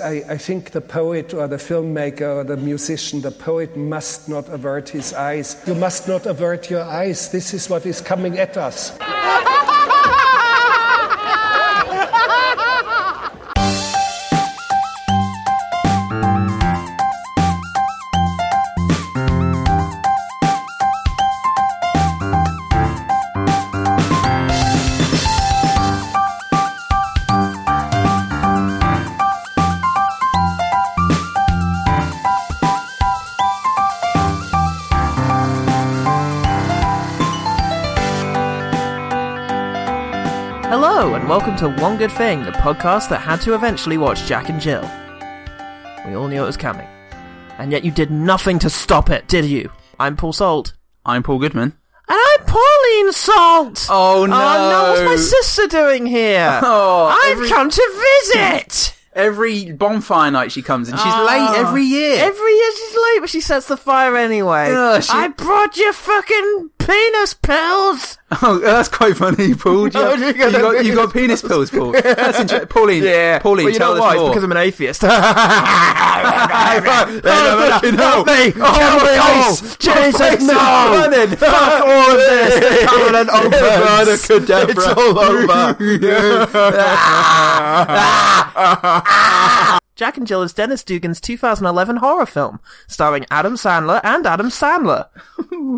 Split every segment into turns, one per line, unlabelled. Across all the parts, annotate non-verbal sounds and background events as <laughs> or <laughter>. I, I think the poet or the filmmaker or the musician, the poet must not avert his eyes. You must not avert your eyes. This is what is coming at us.
Hello, and welcome to One Good Thing, the podcast that had to eventually watch Jack and Jill. We all knew it was coming. And yet you did nothing to stop it, did you? I'm Paul Salt.
I'm Paul Goodman.
And I'm Pauline Salt!
Oh,
Oh no,
no.
what's my sister doing <laughs> here?
Oh,
I've
every-
come to <laughs> visit!
Every bonfire night she comes in, she's
Ah.
late every year.
Every year she's late, but she sets the fire anyway.
Ugh, she-
I brought you fucking penis pills!
oh, <laughs> that's quite funny, Paul. Do you,
<laughs> Oh,
you
you got
got,
the
you got penis pills,
<laughs>
Paul. That's interesting. Pauline, Pauline,
Well, you
tell
know
us
why?
more.
It's because
<laughs>
I'm an atheist. <laughs> Right,
Oh, fucking hell.
me!
Oh,
Kill
my
me all.
face. My
Jesus,
face is
no!
burning.
Fuck all of <laughs> this! The covenant opens. <laughs>
Abracadabra.
It's all <laughs> over. Jack and Jill is Dennis Dugan's 2011 horror film, starring Adam Sandler and Adam <laughs> Sandler.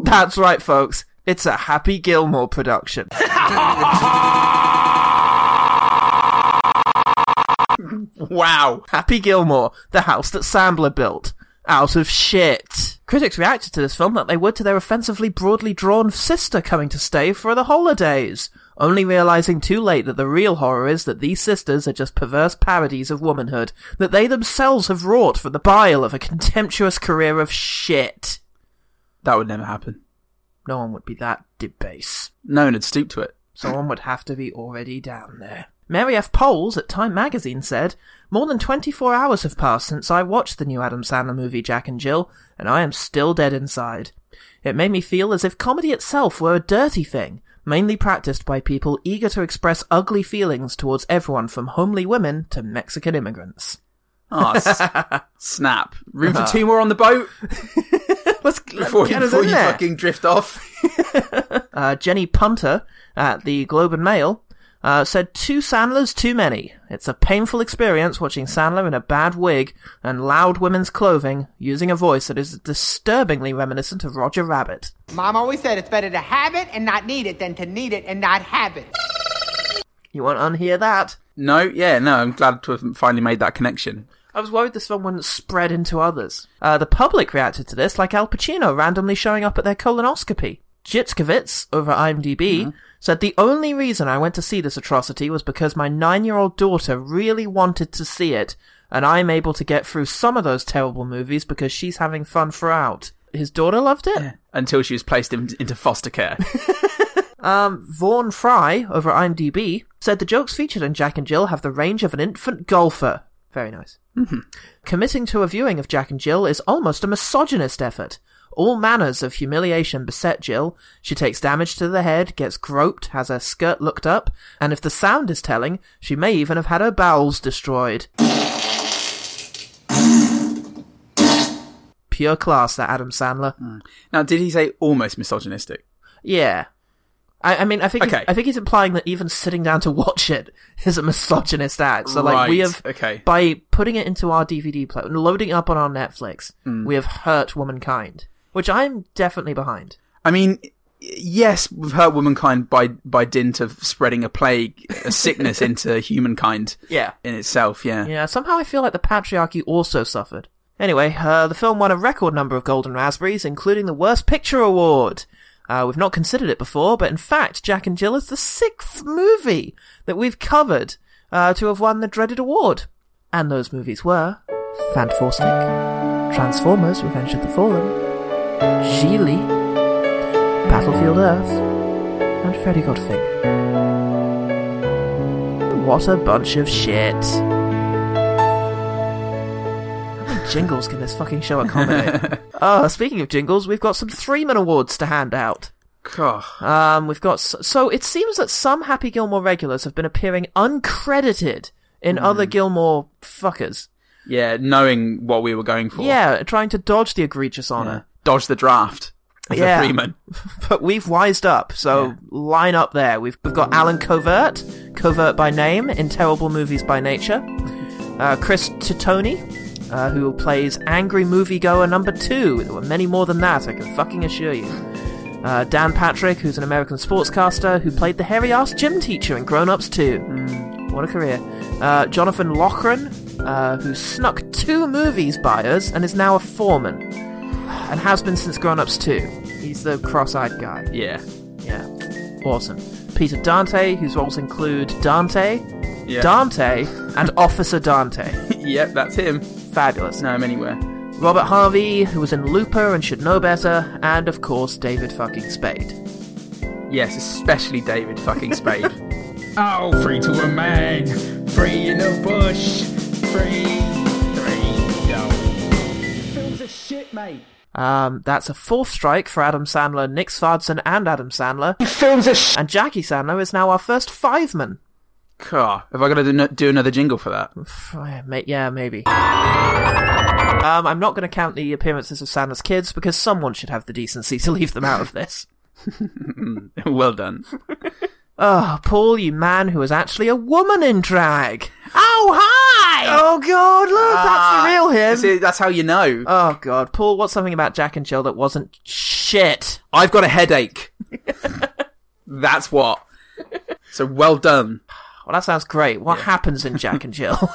That's right, folks. It's a Happy Gilmore production.
Wow.
Happy Gilmore, the house that Sandler built, out of shit. Critics reacted to this film like they would to their offensively broadly drawn sister coming to stay for the holidays, only realizing too late that the real horror is that these sisters are just perverse parodies of womanhood that they themselves have wrought from the bile of a contemptuous career of shit.
<laughs> That would never happen.
No one would be that debased.
No one would stoop to it.
Someone would have to be already down there. Mary F. Poles at Time magazine said, More than 24 hours have passed since I watched the new Adam Sandler movie Jack and Jill, and I am still dead inside. It made me feel as if comedy itself were a dirty thing, mainly practiced by people eager to express ugly feelings towards everyone from homely women to Mexican immigrants. <laughs>
Ah, s- snap. Room for two more on the boat
Let's,
before, you,
get us Uh-huh.
before
in
you
there.
fucking drift off. <laughs>
uh, Jenny Punter at the Globe and Mail uh, said, Two Sandlers too many. It's a painful experience watching Sandler in a bad wig and loud women's clothing using a voice that is disturbingly reminiscent of Roger Rabbit.
Mom always said it's better to have it and not need it than to need it and not have it.
You won't unhear that.
No, yeah, no, I'm glad to have finally made that connection.
I was worried this film wouldn't spread into others. Uh, the public reacted to this, like Al Pacino randomly showing up at their colonoscopy. Jitskovitz over IMDb said the only reason I went to see this atrocity was because my nine-year-old daughter really wanted to see it, and I'm able to get through some of those terrible movies because she's having fun throughout. His daughter loved it.
Until she was placed in, into
<laughs>
foster care.
Vaughn Fry over IMDb said the jokes featured in Jack and Jill have the range of an infant golfer. Very nice. Committing to a viewing of Jack and Jill is almost a misogynist effort. All manners of humiliation beset Jill. She takes damage to the head, gets groped, has her skirt looked up, and if the sound is telling, she may even have had her bowels destroyed. Pure class, that Adam Sandler.
now, did he say almost misogynistic?
Yeah. I, I mean, I think
Okay.
he's, I think he's implying that even sitting down to <laughs> watch it is a misogynist act. So, like, we
Right,
have
okay.
by putting it into our DVD player and loading it up on our Netflix,
Hmm.
we have hurt womankind, which I'm definitely behind.
I mean, yes, we've hurt womankind by by dint of spreading a plague, a sickness into humankind.
Yeah.
in itself. Yeah.
Yeah, somehow I feel like the patriarchy also suffered. Anyway, uh, the film won a record number of Golden Raspberries, including the Worst Picture Award. Uh, we've not considered it before, but in fact, Jack and Jill is the sixth movie that we've covered uh, to have won the dreaded award. And those movies were Fantastic, Transformers Revenge of the Fallen, Gigli, Battlefield Earth, and Freddy Godfinger. What a bunch of shit jingles can this fucking show accommodate? Ah, speaking of jingles, we've got some Threeman Awards to hand out.
God.
Um, we've got s- so it seems that some Happy Gilmore regulars have been appearing uncredited in other Gilmore fuckers.
Yeah, knowing what we were going for.
Yeah, trying to dodge the egregious
Yeah.
honor.
Dodge the draft. As
Yeah.
a Freeman.
<laughs> But we've wised up, so
Yeah.
line up there. We've, we've got Alan Covert, Covert by name, in Terrible Movies by Nature. Uh, Chris Titoni, uh, who plays Angry Moviegoer number two. There were many more than that, I can fucking assure you. Uh, Dan Patrick, who's an American sportscaster who played the hairy ass gym teacher in Grown Ups 2. What a career. Uh, Jonathan Loughran, uh, who snuck two movies by us and is now a foreman. And has been since Grown Ups 2. He's the cross eyed guy.
Yeah. <laughs>
Yeah. Awesome. Peter Dante, whose roles include Dante,
Yeah.
Dante, and Officer
<laughs>
Dante.
yep, that's him.
Fabulous.
Know him anywhere.
Robert Harvey, who was in Looper and should know better, and of course, David fucking Spade.
Yes, especially David fucking Spade.
Oh, free to a man, free in the bush, free, free, go. Film's a shit, mate.
Um, that's a fourth strike for Adam Sandler, Nick Svardson, and Adam Sandler.
Film's a sh-
And Jackie Sandler is now our first fiveman.
Car. Have I got to do, no- do another jingle for that? <laughs>
Pff, ma- Yeah, maybe. Um, I'm not going to count the appearances of Sandler's kids because someone should have the decency to leave them out of <laughs> this.
well done.
Oh, Paul, you man who is actually a woman in drag.
Oh, hi!
Oh, God, look, that's the real him.
See, that's how you know.
Oh, God. Paul, what's something about Jack and Jill that wasn't shit?
I've got
<laughs>
a headache. that's what. So well done.
Well, that sounds great. What happens in Jack and Jill? <laughs>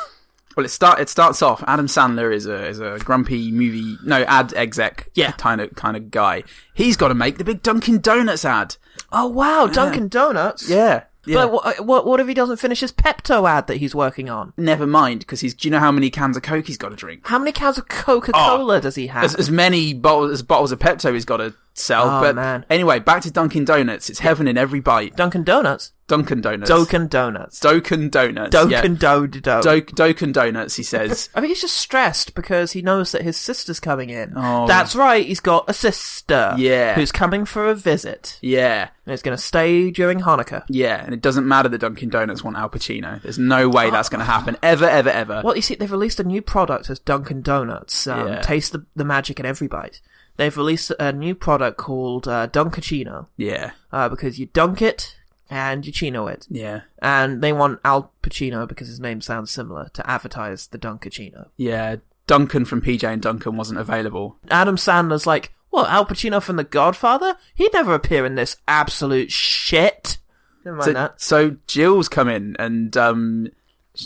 Well, it start it starts off. Adam Sandler is a is a grumpy movie no ad exec
Yeah.
kind of kind of guy. He's got to make the big Dunkin' Donuts ad.
oh, wow, Dunkin' Donuts.
Yeah, yeah.
But what, what, what if he doesn't finish his Pepto ad that he's working on?
never mind because he's. Do you know how many cans of Coke he's got to drink?
How many cans of Coca Cola does he have?
As, as many bottles as bottles of Pepto he's got to sell.
Ah. Oh,
but
man.
anyway, back to Dunkin' Donuts. It's heaven in every bite.
Dunkin' Donuts?
Dunkin' Donuts.
Dokin Donuts.
Dokin Donuts.
Dokin
yeah.
Do Do Do.
Do- Dokin Donuts. He says.
I think he's just stressed because he knows that his sister's coming in. That's right, he's got a sister.
Oh. Yeah.
Who's coming for a visit.
yeah,
And is going to stay during Hanukkah.
yeah, and it doesn't matter that Dunkin' Donuts want Al Pacino. There's no way that's going to happen ever, ever, ever.
Well, you see, they've released a new product as Dunkin' Donuts. Um,
Yeah.
Taste the, the magic in every bite. They've released a new product called uh, Dunkachino
Yeah,
uh, because you dunk it and you chino it.
yeah,
And they want Al Pacino because his name sounds similar to advertise the Dunkachino.
yeah. Duncan from PJ and Duncan wasn't available.
Adam Sandler's like, what, Al Pacino from The Godfather? He'd never appear in this absolute shit. Never mind
So,
that.
so Jill's come in, and um,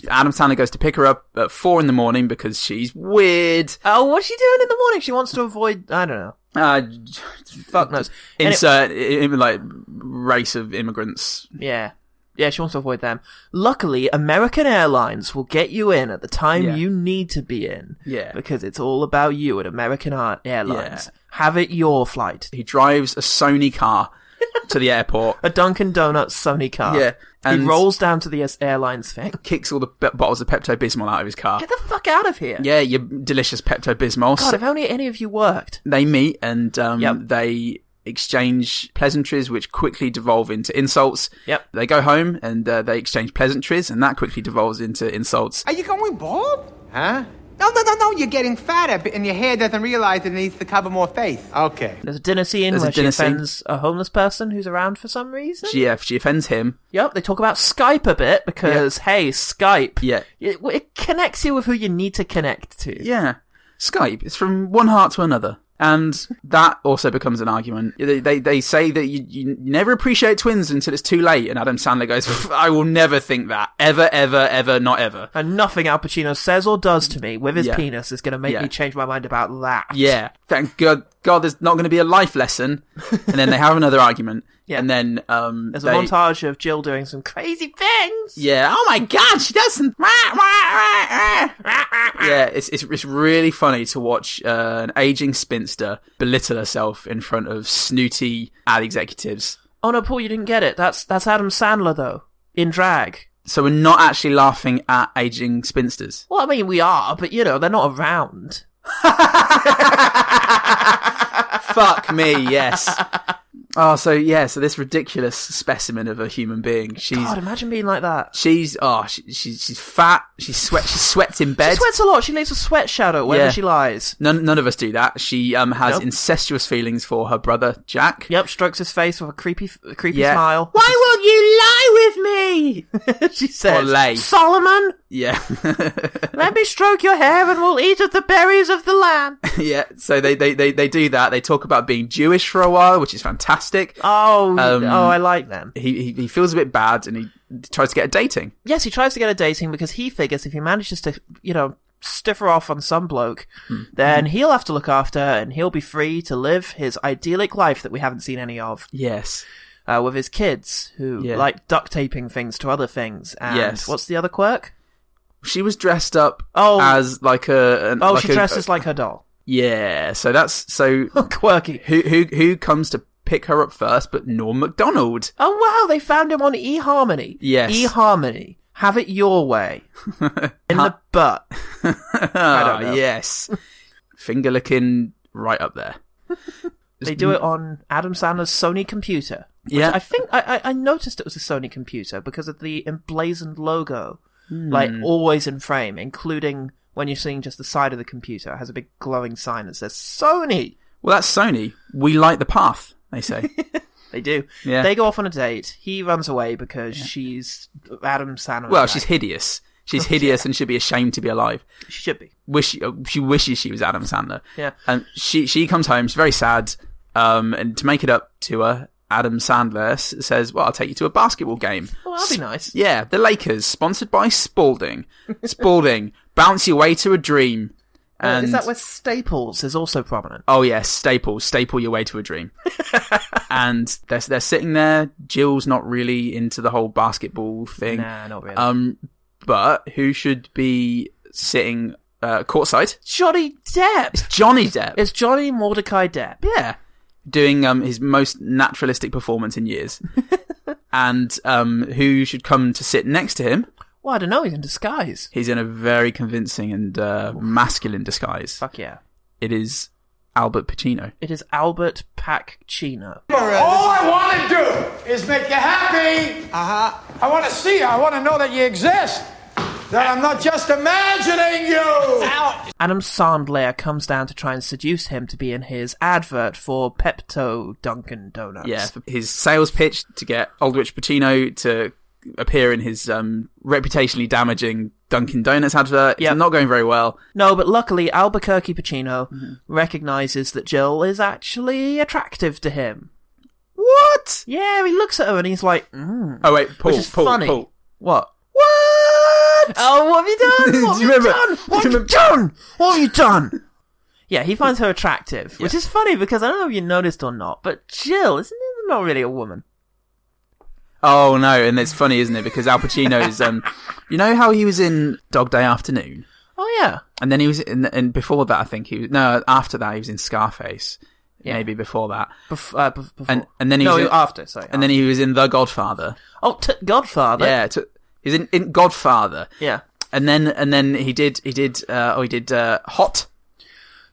Adam Sandler goes to pick her up at four in the morning because she's weird.
Oh, what's she doing in the morning? She wants to avoid, I don't know.
Uh,
Fuck knows. Any-
insert i- i- like race of immigrants.
Yeah. Yeah, she wants to avoid them. Luckily, American Airlines will get you in at the time
Yeah.
you need to be in.
Yeah.
Because it's all about you at American Ar- Airlines.
Yeah.
Have it your flight.
He drives a Sony car to the
<laughs>
airport.
A Dunkin' Donuts Sony car.
Yeah,
he
and-
rolls down to the S- airlines thing.
kicks all the b- bottles of Pepto Bismol out of his car.
Get the fuck out of here.
Yeah, your delicious Pepto Bismol.
God, if only any of you worked.
they meet and um,
Yep.
they exchange pleasantries, which quickly devolve into insults.
Yep.
They go home and uh, they exchange pleasantries, and that quickly devolves into insults.
Are you going bald? Huh? No, no, no, no. You're getting fatter, b- and your hair doesn't realize it needs to cover more face. Okay.
There's a dinner scene
There's a
where she
dinner scene.
offends a homeless person who's around for some reason.
GF, she offends him.
Yep, they talk about Skype a bit because hey, Skype.
Yeah.
It, it connects you with who you need to connect to.
Yeah. Skype. It's from one heart to another. And that also becomes an argument. They, they, they say that you, you never appreciate twins until it's too late. And Adam Sandler goes, <laughs> I will never think that. Ever, ever, ever, not ever.
And nothing Al Pacino says or does to me with his
Yeah.
penis is going to make
Yeah.
me change my mind about that.
Yeah. Thank God, God there's not going to be a life lesson. And then they have another argument.
<laughs> Yeah.
And then, um,
There's
they-
a montage of Jill doing some crazy things.
Yeah. Oh my God, she does some. <laughs> Yeah, it's, it's it's really funny to watch uh, an aging spinster belittle herself in front of snooty ad executives.
Oh no, Paul, you didn't get it. That's that's Adam Sandler though in drag.
So we're not actually laughing at aging spinsters.
Well, I mean we are, but you know they're not around. <laughs>
Fuck me, yes. Oh, so yeah, so this ridiculous specimen of a human being. She's
God, imagine being like that.
she's oh she, she's she's fat. She sweat. She sweats in bed.
She sweats a lot. She leaves a sweat shadow wherever
Yeah.
she lies.
None, none of us do that. She um, has
Nope.
incestuous feelings for her brother Jack.
Yep, strokes his face with a creepy, a creepy
Yeah.
smile.
Why won't you lie
<laughs>
with me?
she says,
lay.
Solomon,
Yeah, <laughs>
let me stroke your hair and we'll eat of the berries of the land. <laughs>
yeah. So they, they they they do that. They talk about being Jewish for a while, which is fantastic.
Oh,
Um,
oh, I like them.
He, he he feels a bit bad and he tries to get a dating.
Yes, he tries to get a dating because he figures if he manages to, you know, stiffer off on some bloke, then he'll have to look after and he'll be free to live his idyllic life that we haven't seen any of
Yes.
uh, with his kids who
Yeah.
like duct taping things to other things. And
Yes.
what's the other quirk?
She was dressed up
Oh.
as like a an,
Oh,
like
she
a-
dresses like her doll. <laughs>
yeah. So that's so
Quirky.
who who who comes to pick her up first? But Norm Macdonald.
Oh wow, they found him on eHarmony.
Yes.
eHarmony. Have it your
<laughs>
way. In the butt.
Ah,
know.
yes. Finger licking right up there.
They do it on Adam Sandler's Sony computer.
Yeah.
I think I, I, I noticed it was a Sony computer because of the emblazoned logo,
Hmm.
like always in frame, including when you're seeing just the side of the computer. It has a big glowing sign that says Sony.
Well, that's Sony. We light the path, they
<laughs>
say.
They do.
Yeah.
They go off on a date. He runs away because she's Adam Sandler.
well, she's hideous. She's hideous and should be ashamed to be alive.
she should be.
Wish uh, she wishes she was Adam Sandler.
Yeah.
And she she comes home. She's very sad. Um, and to make it up to her, Adam Sandler s- says, "Well, I'll take you to a basketball game."
Well, that'd be nice.
Yeah, the Lakers, sponsored
<laughs>
by Spalding. Spalding, bounce your way to a dream. And
Is that where Staples is also prominent?
Oh yes, staple, staple your way to a dream. and they're they're sitting there. Jill's not really into the whole basketball thing.
Nah, not really.
Um, but who should be sitting uh, courtside?
Johnny Depp.
Johnny Depp.
It's Johnny Mordecai Depp.
yeah, doing um his most naturalistic performance in years. and um, who should come to sit next to him?
Well, I don't know. He's in disguise.
He's in a very convincing and uh, masculine disguise.
Fuck yeah.
It is Albert Pacino.
It is Albert Pacchino.
All I want to do is make you happy. Uh
Uh-huh.
huh. I want to see you. I want to know that you exist. That I'm not just imagining you.
Adam Sandler comes down to try and seduce him to be in his advert for Pepto Dunkin' Donuts.
Yeah, his sales pitch to get Aldrich Pacino to appear in his um, reputationally damaging Dunkin' Donuts advert. It's
Yeah.
not going very well.
No, but luckily Albuquerque Pacino recognizes that Jill is actually attractive to him.
What?
Yeah, he looks at her and he's like, mm.
Oh wait, Paul,
Which is
Paul,
funny.
Paul. What?
What? Oh, what have <laughs> you done? What have
Do you
you,
remember-
done?
do
What
you
have you
remember-
done? What have you done? <laughs> Yeah, he finds her attractive, which is funny because I don't know if you noticed or not, but Jill isn't not really a woman.
Oh no, and it's funny, isn't it? Because Al Pacino is, um, you know how he was in Dog Day Afternoon,
Oh yeah,
and then he was in, and before that, I think he was no, after that he was in Scarface,
Yeah.
maybe before that,
Bef- uh, bef- before.
And- and then he
no,
was in-
after sorry,
and then he was in The Godfather.
oh t- Godfather,
Yeah, to, he's in, in Godfather.
yeah,
and then and then he did he did uh, oh he did uh, hot.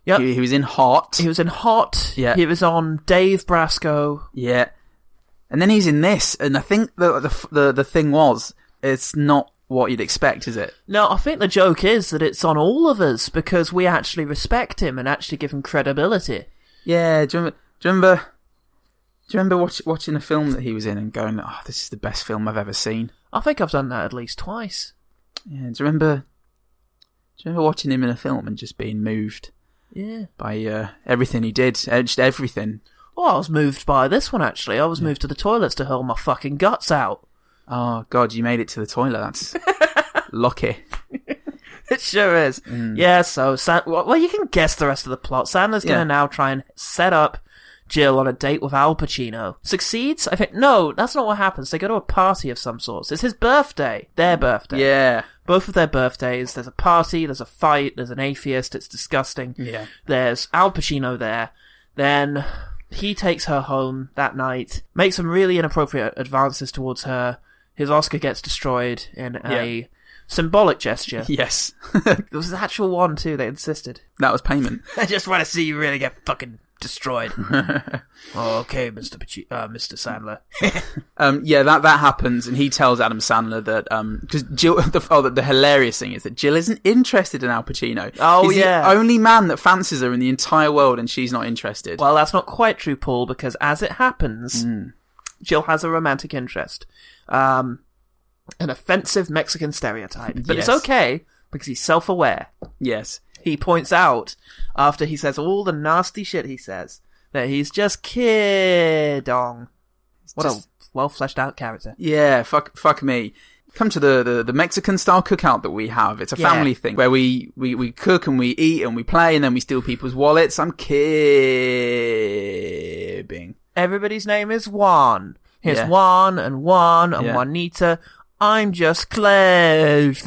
Yep.
He, he was in hot.
He was in Hot.
Yeah.
He was on Dave Brasco.
yeah, and then he's in this, and I think the the f- the, the thing was it's not what you'd expect, is it?
Now, I think the joke is that it's on all of us because we actually respect him and actually give him credibility.
Yeah. Do you remember? Do you remember, do you remember watch, watching a film that he was in and going, "Oh, this is the best film I've ever seen."
I think I've done that at least twice.
Yeah. Do you remember? Do you remember watching him in a film and just being moved
Yeah.
by uh, everything he did, edged everything?
Well, I was moved by this one actually. I was moved to the toilets to hurl my fucking guts out. <laughs>
Oh God, you made it to the toilet. That's lucky.
It sure is.
Mm.
Yeah, so, San- well, well, you can guess the rest of the plot. Sandler's
Yeah.
gonna now try and set up Jill on a date with Al Pacino. Succeeds? I think, no, that's not what happens. They go to a party of some sorts. It's his birthday. Their birthday.
Mm. Yeah.
both of their birthdays. There's a party, there's a fight, there's an atheist. It's disgusting.
Yeah.
There's Al Pacino there. Then he takes her home that night, makes some really inappropriate advances towards her. His Oscar gets destroyed in
Yeah.
a symbolic gesture. <laughs>
Yes. <laughs>
There was an actual one too. They insisted. <laughs>
That was payment.
I just want to see you really get fucking <laughs> destroyed. okay, Mr. Pachi- uh, Mr. Sandler.
Um, yeah, that that happens, and he tells Adam Sandler that um, because Jill. <laughs> The, oh, the, the hilarious thing is that Jill isn't interested in Al Pacino.
Oh,
He's
yeah.
the only man that fancies her in the entire world, and she's not interested.
Well, that's not quite true, Paul, because as it happens,
Hmm.
Jill has a romantic interest. Um, an offensive Mexican stereotype. But
Yes.
it's okay because he's self aware.
yes,
He points out, after he says all the nasty shit he says, that he's just kiddong. What
just-
a well fleshed out character.
yeah, fuck, fuck me. Come to the, the, the Mexican style cookout that we have. It's a
Yeah.
family thing where we, we, we cook and we eat and we play and then we steal people's wallets. I'm kidding.
Everybody's name is Juan. Here's
Yeah.
Juan and Juan and
Yeah.
Juanita. I'm just closed.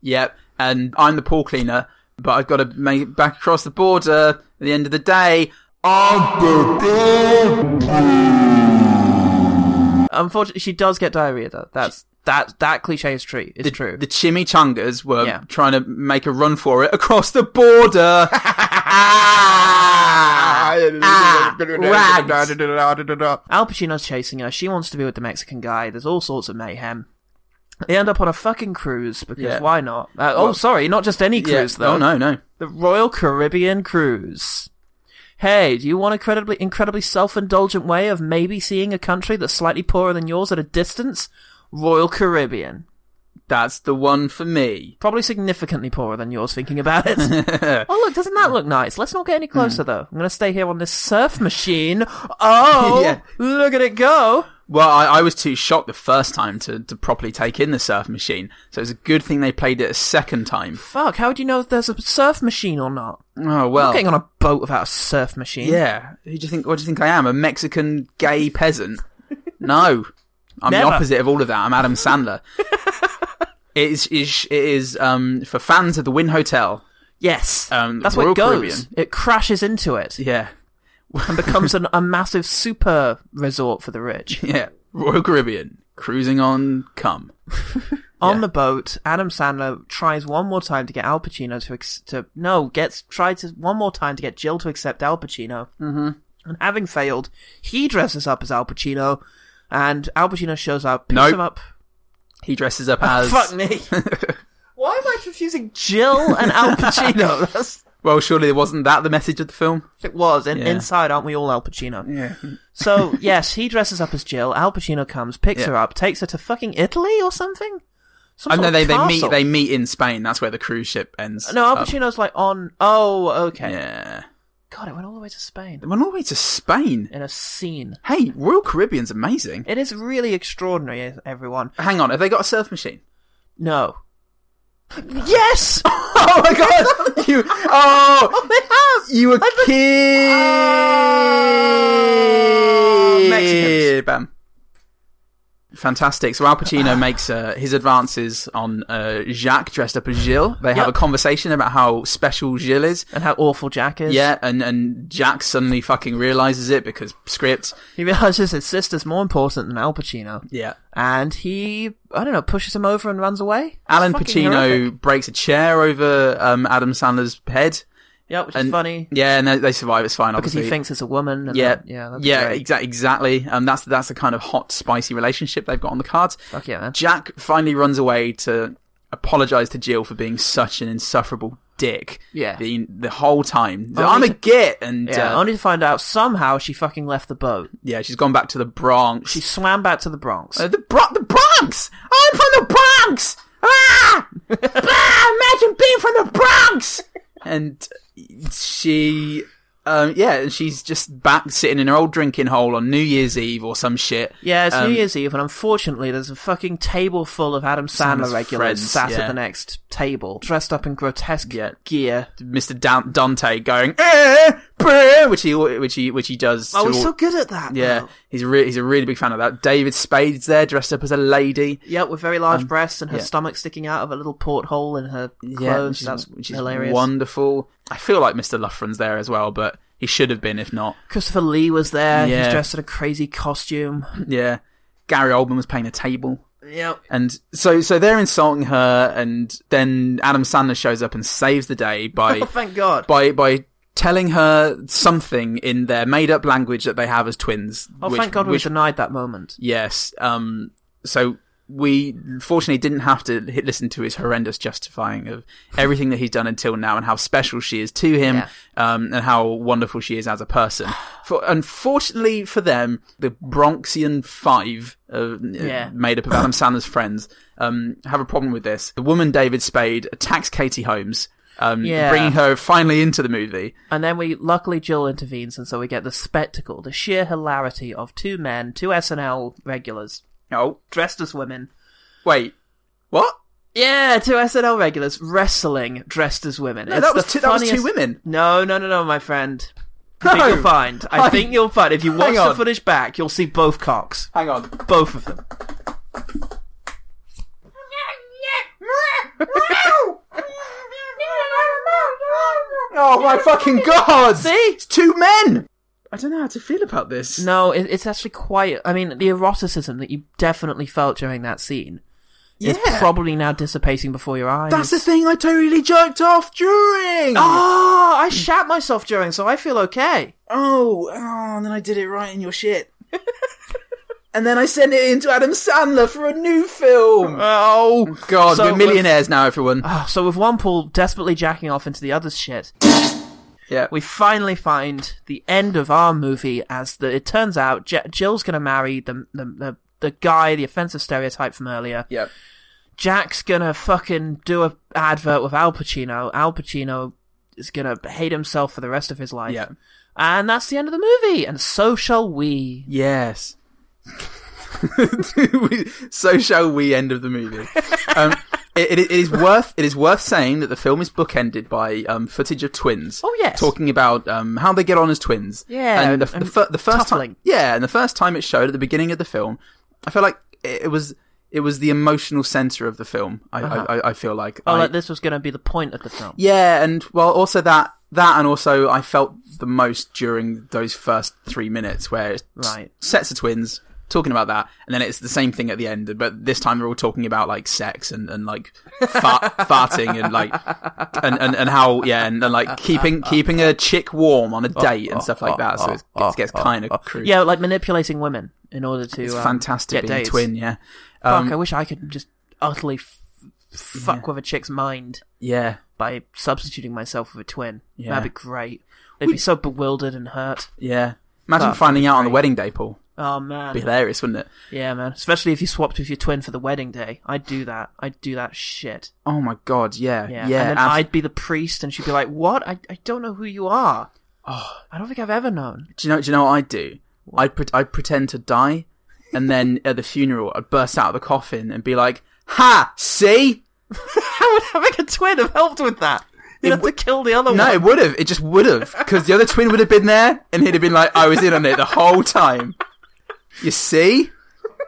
Yep. And I'm the pool cleaner, but I've got to make it back across the border at the end of the day. I'm the
Unfortunately, she does get diarrhea. Though. That's that that cliche is true. It's true.
The chimichangas were
Yeah.
trying to make a run for it across the border. ah, ah, rags.
Al Pacino's chasing her. She wants to be with the Mexican guy. There's all sorts of mayhem. They end up on a fucking cruise because
Yeah.
why not? Uh, oh, sorry, not just any
Yeah.
cruise though.
Oh no, no.
the Royal Caribbean cruise. Hey, do you want a credibly, incredibly self-indulgent way of maybe seeing a country that's slightly poorer than yours at a distance? Royal Caribbean,
That's the one for me.
probably significantly poorer than yours. Thinking about
<laughs>
it. oh look, doesn't that look nice? Let's not get any closer
Hmm.
though. I'm gonna stay here on this surf machine. Oh,
<laughs> Yeah.
look at it go!
Well, I, I was too shocked the first time to, to properly take in the surf machine, so it's a good thing they played it a second time.
Fuck, how would you know if there's a surf machine or not?
Oh well.
I'm getting on a boat without a surf machine.
Yeah. Who do you think? What do you think I am? A Mexican gay peasant? No, I'm
Never.
the opposite of all of that. I'm
<laughs>
Adam Sandler. it is. It is um, for fans of the Wynn Hotel.
Yes,
Um,
that's where
Royal
it goes.
Caribbean.
It crashes into
<laughs>
it.
Yeah.
and becomes an, a massive super resort for the rich.
Yeah. Royal Caribbean cruising on cum.
On
Yeah.
the boat, Adam Sandler tries one more time to get Al Pacino to ex- to no gets tried to one more time to get Jill to accept Al Pacino. Mm-hmm. And having failed, he dresses up as Al Pacino, and Al Pacino shows up, picks
Nope.
him up.
He dresses up as
Oh, Fuck
<laughs>
me! Why am I confusing Jill and Al Pacino? That's
well. Surely wasn't that the message of the film?
it was. And
Yeah.
inside, aren't we all Al Pacino? Yeah. so yes, he dresses up as Jill. Al Pacino comes, picks
Yeah.
her up, takes her to fucking Italy or something. Some
I
sort
know
of
Oh, they, they meet
castle.
they meet in Spain. That's where the cruise ship ends.
No, Al
up.
Pacino's like on. Oh, okay.
Yeah,
God, it went all the way to Spain
they went all the way to Spain.
in a scene.
Hey, Royal Caribbean's amazing.
It is really extraordinary, e- everyone.
Hang on, have they got a surf machine? <laughs>
No. Yes.
Oh my
<laughs>
god! You oh,
they
you were
I've been-
kidding.
Oh, Mexicans.
Bam. Fantastic. So
<sighs>
Al Pacino makes uh, his advances on uh, Jacques dressed up as Gilles. They have
Yep.
a conversation about how special Gilles is.
And how awful Jack is.
Yeah, and and Jack suddenly fucking realizes it because script.
He realizes his sister's more important than Al Pacino,
Yeah.
and he, I don't know, pushes him over and runs away.
Alan
It's fucking
Pacino
horrific.
breaks a chair over um, Adam Sandler's head.
Yeah, which
And
is funny
Yeah, and they, they survive. It's fine.
because
obviously.
he thinks it's a woman. And
Yeah,
that- yeah, that's
yeah,
great.
exa- exactly. Um, that's that's the kind of hot, spicy relationship they've got on the cards.
Fuck yeah, man.
Jack finally runs away to apologize to Jill for being such an insufferable dick.
Yeah.
the, the whole time.
Only
I'm a
to-
git, and
Yeah,
uh,
only to find out somehow she fucking left the boat.
yeah, she's gone back to the Bronx.
She swam back to the Bronx.
Uh, the Bro- the Bronx. I'm from the Bronx. Ah, ah imagine being from the Bronx. And she, um, yeah, and she's just back sitting in her old drinking hole on New Year's Eve or some shit.
Yeah, it's
Um,
New Year's Eve, and unfortunately, there's a fucking table full of Adam Sandler
Sandler's
regulars
friends,
sat
yeah.
at the next table, dressed up in grotesque
Yeah.
gear.
Mr. Dan- Dante going, eh, bruh," which he which he which he does.
Oh,
to
he's
all-
so good at that.
yeah,
though.
he's a re- he's a really big fan of that. David Spade's there, dressed up as a lady.
yeah, with very large breasts and her
Um, yeah.
stomach sticking out of a little porthole in her clothes.
which is,
That's
which is
hilarious.
wonderful. I feel like Mr. Loughran's there as well, but he should have been if not.
Christopher Lee was there.
Yeah.
He's dressed in a crazy costume.
Yeah, Gary Oldman was playing a table.
yep.
And so, so they're insulting
<laughs>
her, and then Adam Sandler shows up and saves the day by
Oh, thank God.
by by telling her something in their made up language that they have as twins.
Oh,
which-
thank God we
which-
denied that moment.
Yes. Um, so we fortunately didn't have to hi- listen to his horrendous justifying of everything that he's done until now and how special she is to him
Yeah.
um, and how wonderful she is as a person. For, unfortunately for them, the Bronxian Five, uh,
Yeah.
made up of Adam Sandler's friends, um, have a problem with this. The woman David Spade attacks Katie Holmes, um,
Yeah.
bringing her finally into the movie.
And then we, luckily, Jill intervenes, and so we get the spectacle, the sheer hilarity of two men, two SNL regulars,
Oh,
dressed as women.
wait. What?
Yeah, two SNL regulars wrestling dressed as women.
No,
It's
that was
the
two, that was two
funniest-
women.
No, no, no, no, my friend. I think you'll find. I
Hang-
think you'll find. If you watch
hang
the
on.
footage back, you'll see both cocks.
Hang on.
Both of them.
Oh my fucking god!
See?
It's two men! I don't know how to feel about this.
No, it, it's actually quite. I mean, the eroticism that you definitely felt during that scene is
Yeah.
probably now dissipating before your eyes.
That's the thing I totally jerked off during!
Oh, I shat myself during, so I feel okay.
oh, oh, and then I did it right in your shit. <laughs> and then I sent it in to Adam Sandler for a new film!
Oh.
God,
So
we're millionaires now, everyone.
Ah, So with one pool desperately jacking off into the other's shit,
yeah.
we finally find the end of our movie as the, it turns out J- Jill's gonna marry the, the, the, the guy, the offensive stereotype from earlier.
yeah.
Jack's gonna fucking do a advert with Al Pacino. Al Pacino is gonna hate himself for the rest of his life.
Yeah.
And that's the end of the movie. And so shall we.
Yes. <laughs> so shall we end of the movie. Um, <laughs> it, it is worth it is worth saying that the film is bookended by um, footage of twins.
Oh, yes.
talking about um, how they get on as twins.
Yeah,
and the,
and
the, fir- the first
tuffling.
time, yeah, and the first time it showed at the beginning of the film, I feel like it, it was it was the emotional center of the film. I I, I, I feel like
Oh,
I-
like this was gonna be the point of the film.
yeah, and well, also that that, and also I felt the most during those first three minutes where it's
Right.
sets of twins talking about that, and then it's the same thing at the end, but this time they're all talking about like sex and and like
<laughs>
fart, farting and like and, and and how yeah, and, and like keeping keeping a chick warm on a date and stuff like that. So it's, it gets kind of crude.
Yeah, like manipulating women in order to
it's
um,
fantastic
get
being
dates.
twin. Yeah,
Fuck,
Um,
I wish I could just utterly f- fuck with a chick's mind
yeah.
by substituting myself with a twin.
Yeah.
That'd be great. They'd be so bewildered and hurt.
Yeah. Imagine
Fuck,
finding out on the
great.
wedding day, Paul.
Oh
It'd be
man,
hilarious, wouldn't it?
yeah, man. Especially if you swapped with your twin for the wedding day. I'd do that. I'd do that shit.
Oh my god, yeah,
Yeah,
yeah.
and then
abs-
I'd be the priest, and she'd be like, "What? I, I don't know who you are. Oh, I don't think I've ever known." <laughs>
Do you know? Do you know what I'd do? I'd pre- I'd pretend to die, and then at the funeral, I'd burst out of the coffin and be like, "Ha! See?
How would having a twin have helped with that? You'd have to kill the other
No,
one.
it would have. It just would have, because the other twin would have been there, and he'd have been like, "I was in on it the whole time." You see?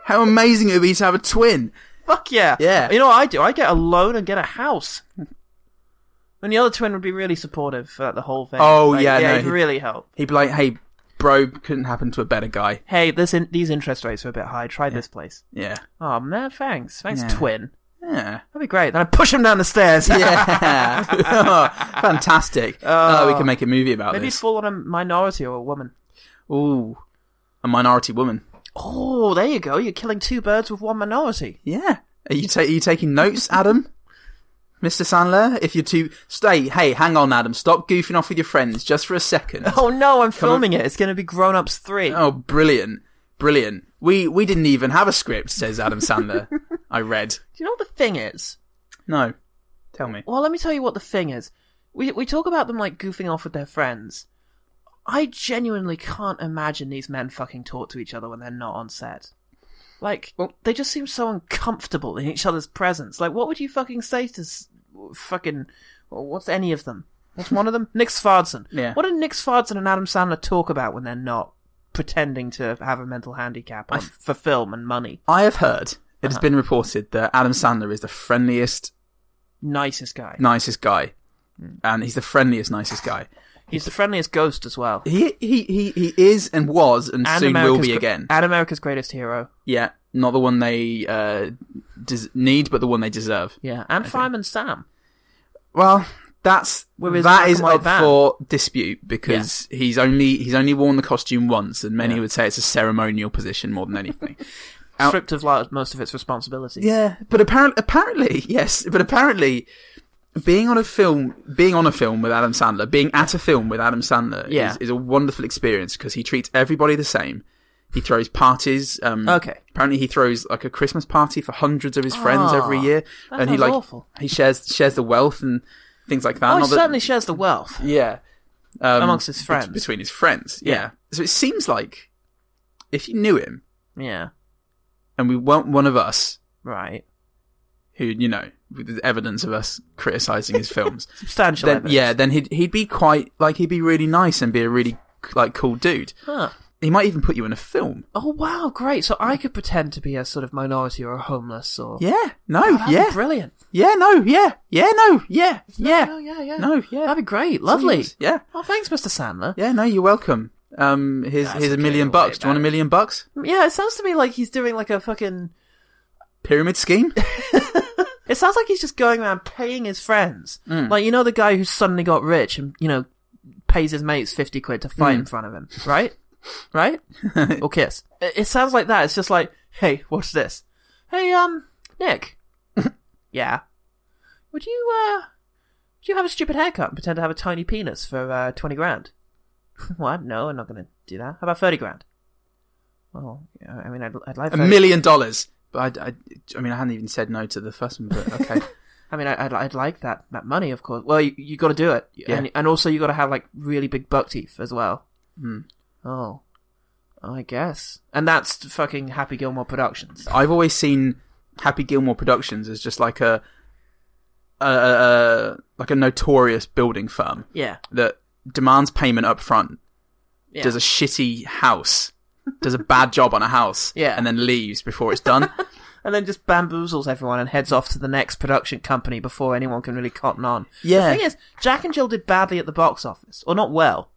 How amazing it would be to have a twin.
Fuck yeah.
Yeah.
You know what I do? I get a loan and get a house. And the other twin would be really supportive for the whole thing.
Oh,
Like,
yeah, no,
it'd
he-
really help.
He'd be like, "Hey, bro, couldn't happen to a better guy."
Hey, this in- these interest rates are a bit high. Try this place.
Yeah,
Oh man, thanks, thanks,
Yeah.
twin.
yeah,
That'd be great. Then I push him down the stairs.
yeah. <laughs> Oh, fantastic. Oh, we can make a movie
<laughs>
about
Maybe
this.
fall on a minority or a woman.
Ooh, a minority woman.
Oh, there you go. You're killing two birds with one minority.
Yeah. Are you, ta- are you taking notes, Adam? <laughs> Mr. Sandler, if you're too. Stay. Hey, hang on, Adam. Stop goofing off with your friends just for a second.
Oh no, I'm filming it. It's going to be Grown Ups Three.
Oh, brilliant. Brilliant. We we didn't even have a script, says Adam Sandler.
<laughs>
I read.
Do you know what the thing is?
No. Tell me.
Well, let me tell you what the thing is. We we talk about them like goofing off with their friends. I genuinely can't imagine these men fucking talk to each other when they're not on set. Like
Well-
they just seem so uncomfortable in each other's presence. Like what would you fucking say to s- fucking what's any of them? What's one of them? Nick Svardson.
Yeah.
What do Nick Svardson and Adam Sandler talk about when they're not pretending to have a mental handicap on, for film and money?
I have heard, it
Uh-huh.
has been reported that Adam Sandler is the friendliest,
Nicest guy.
nicest guy.
Hmm.
And he's the friendliest, nicest guy.
He's the friendliest ghost as well.
He he he, he is and was and, soon will
America's
be
gr-
again.
And America's Greatest Hero.
yeah, not the one they uh, des- need, but the one they deserve.
Yeah, and Fireman Sam.
Well, That's
Whereas
that
Black
is
and White
up
Van-
for dispute because he's only he's only worn the costume once, and many would say it's a ceremonial position more than anything. Out-
stripped of like, most of its responsibilities.
<laughs> Yeah, but apparently, apparently, yes, but apparently, being on a film, being on a film with Adam Sandler, being at a film with Adam Sandler,
Yeah.
is, is a wonderful experience because he treats everybody the same. He throws parties. Um,
Okay.
Apparently, he throws like a Christmas party for hundreds of his friends
Ah,
every year,
that
and he
sounds
like
awful.
he shares shares the wealth and things like that.
Oh, he
Not that-
certainly shares the wealth.
yeah. Um,
Amongst his
bet-
friends.
between his friends, yeah.
Yeah.
So it seems like if you knew him
Yeah,
and we weren't one of us,
right.
who you know with the evidence of us criticizing his
<laughs>
films
Substantial
then
evidence.
yeah then he'd he'd be quite like he'd be really nice and be a really like cool dude
Huh.
he might even put you in a film
Oh wow, great! So I could pretend to be a sort of minority or a homeless or
yeah no
Oh, that'd be
yeah
brilliant.
yeah no yeah yeah no yeah yeah
Oh yeah, yeah,
no yeah
that'd be great, lovely.
Sometimes, yeah
Oh, thanks, Mr. Sandler.
yeah no you're welcome um here's
That's
here's a
okay,
million
don't worry
bucks do you want
about
a
it.
million bucks
Yeah, it sounds to me like he's doing like a fucking.
pyramid scheme
It sounds like he's just going around paying his friends. Like you know the guy who suddenly got rich and you know pays his mates fifty quid to fight in front of him, right? right? or kiss. It, it sounds like that. It's just like, hey, what's this? Hey, um, Nick. yeah. Would you uh, would you have a stupid haircut and pretend to have a tiny penis for uh, twenty grand? <laughs> what? No, I'm not going to do that. How about thirty grand? Well, yeah, I mean, I'd, I'd like
a
30
million dollars but I, I, I mean i hadn't even said no to the first one
<laughs>
but okay
I mean, I, I'd, I'd like that, that money, of course. Well, you, you got to do it,
Yeah.
and and also you got to have like really big buck teeth as well.
Hmm.
Oh, I guess, and that's fucking Happy Gilmore Productions.
I've always seen Happy Gilmore Productions as just like a, a, a, a- like a notorious building firm
Yeah,
that demands payment up front,
yeah.
does a shitty house, does a bad job on a house,
Yeah.
and then leaves before
<laughs>
it's done.
and then just bamboozles everyone and heads off to the next production company before anyone can really cotton on.
Yeah.
The thing is, Jack and Jill did badly at the box office, or not well.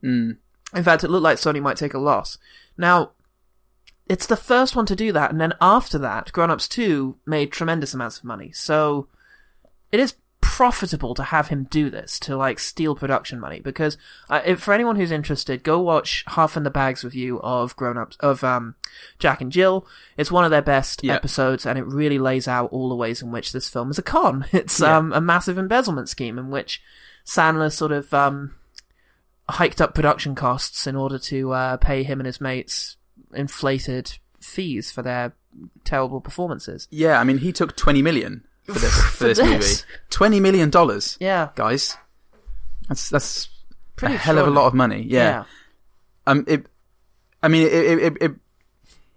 Hmm.
In fact, it looked like Sony might take a loss. Now, it's the first one to do that, and then after that, Grown Ups 2 made tremendous amounts of money. So, it is profitable to have him do this, to like steal production money. Because uh, if, for anyone who's interested, go watch Half in the Bags review of Grown Ups, of um, Jack and Jill. It's one of their best
Yeah.
episodes, and it really lays out all the ways in which this film is a con. <laughs> It's um, a massive embezzlement scheme in which Sandler sort of. Um, hiked up production costs in order to uh, pay him and his mates inflated fees for their terrible performances.
yeah, I mean, he took twenty million
<laughs>
for this for,
For
this,
this?
movie. Twenty million dollars,
Yeah,
guys. That's that's
pretty
a hell of a lot of money. yeah. um, it, I mean, it, it, it, it,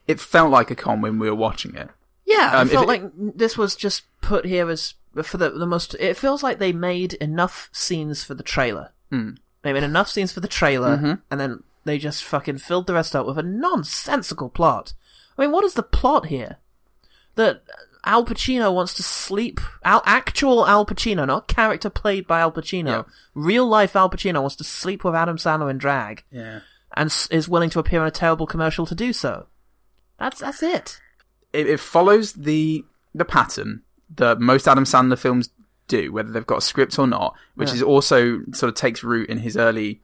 it felt like a con when we were watching it.
Yeah,
Um,
I
if
felt
it-
like this was just put here as for the the most. It feels like they made enough scenes for the trailer.
Hmm.
They made enough scenes for the trailer,
Mm-hmm.
and then they just fucking filled the rest up with a nonsensical plot. I mean, what is the plot here? That Al Pacino wants to sleep. Al actual Al Pacino, not character played by Al Pacino.
Yeah.
Real life Al Pacino wants to sleep with Adam Sandler in drag,
Yeah.
and s- is willing to appear in a terrible commercial to do so. That's that's it.
it, it follows the the pattern that most Adam Sandler films do, whether they've got a script or not, which
Yeah.
is also sort of takes root in his early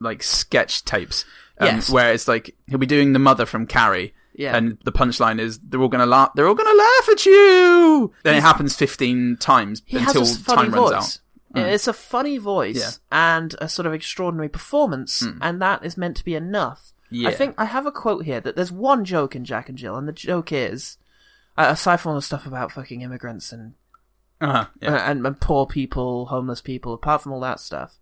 like sketch tapes. Um,
Yes.
Where it's like he'll be doing the mother from Carrie.
Yeah.
And the punchline is they're all gonna laugh. They're all gonna laugh at you. Then it happens fifteen times
he
until
has a funny
time
voice.
runs out. Hmm.
It's a funny voice
Yeah. Hmm.
and a sort of extraordinary performance, and that is meant to be enough.
Yeah.
I think I have a quote here that there's one joke in Jack and Jill, and the joke is, uh, aside from all the stuff about fucking immigrants and
Uh-huh. Yeah.
uh, and, and poor people, homeless people, apart from all that stuff.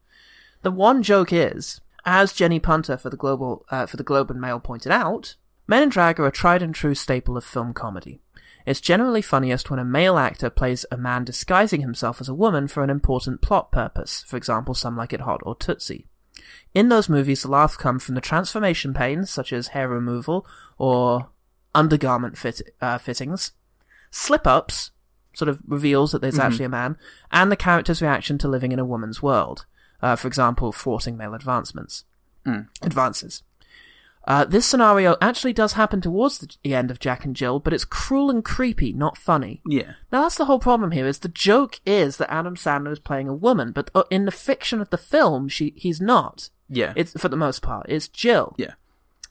The one joke is, as Jenny Punter for the Global uh, for the Globe and Mail pointed out, Men in Drag are a tried and true staple of film comedy. It's generally funniest when a male actor plays a man disguising himself as a woman for an important plot purpose, for example, Some Like It Hot or Tootsie. In those movies, the laughs come from the transformation pains, such as hair removal or undergarment fit, uh, fittings, slip ups, sort of reveals that there's actually a man, and the character's reaction to living in a woman's world. Uh, for example, thwarting male advancements, advances. Uh, this scenario actually does happen towards the the end of Jack and Jill, but it's cruel and creepy, not funny.
Yeah.
Now that's the whole problem here. Is the joke is that Adam Sandler is playing a woman, but uh, in the fiction of the film, she he's not.
Yeah.
It's for the most part, it's Jill.
yeah.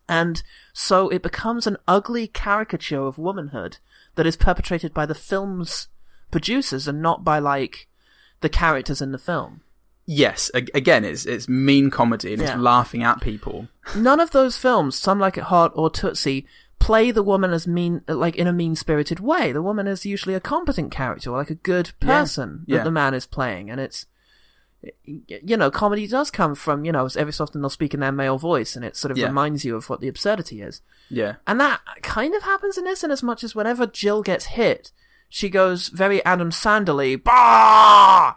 And so it becomes an ugly caricature of womanhood that is perpetrated by the film's producers and not by like the characters in the
<laughs>
film.
Yes. A- again, it's it's mean comedy and
Yeah.
it's laughing at people.
None of those films, Some Like It Hot or Tootsie, play the woman as mean, like in a mean spirited way. The woman is usually a competent character, or like a good person that
Yeah.
the man is playing, and it's. You know, comedy does come from, you know, every so often they'll speak in their male voice and it sort of
Yeah.
reminds you of what the absurdity is.
Yeah.
And that kind of happens in this, in as much as whenever Jill gets hit, she goes very Adam Sandlerly,
<laughs>
bah!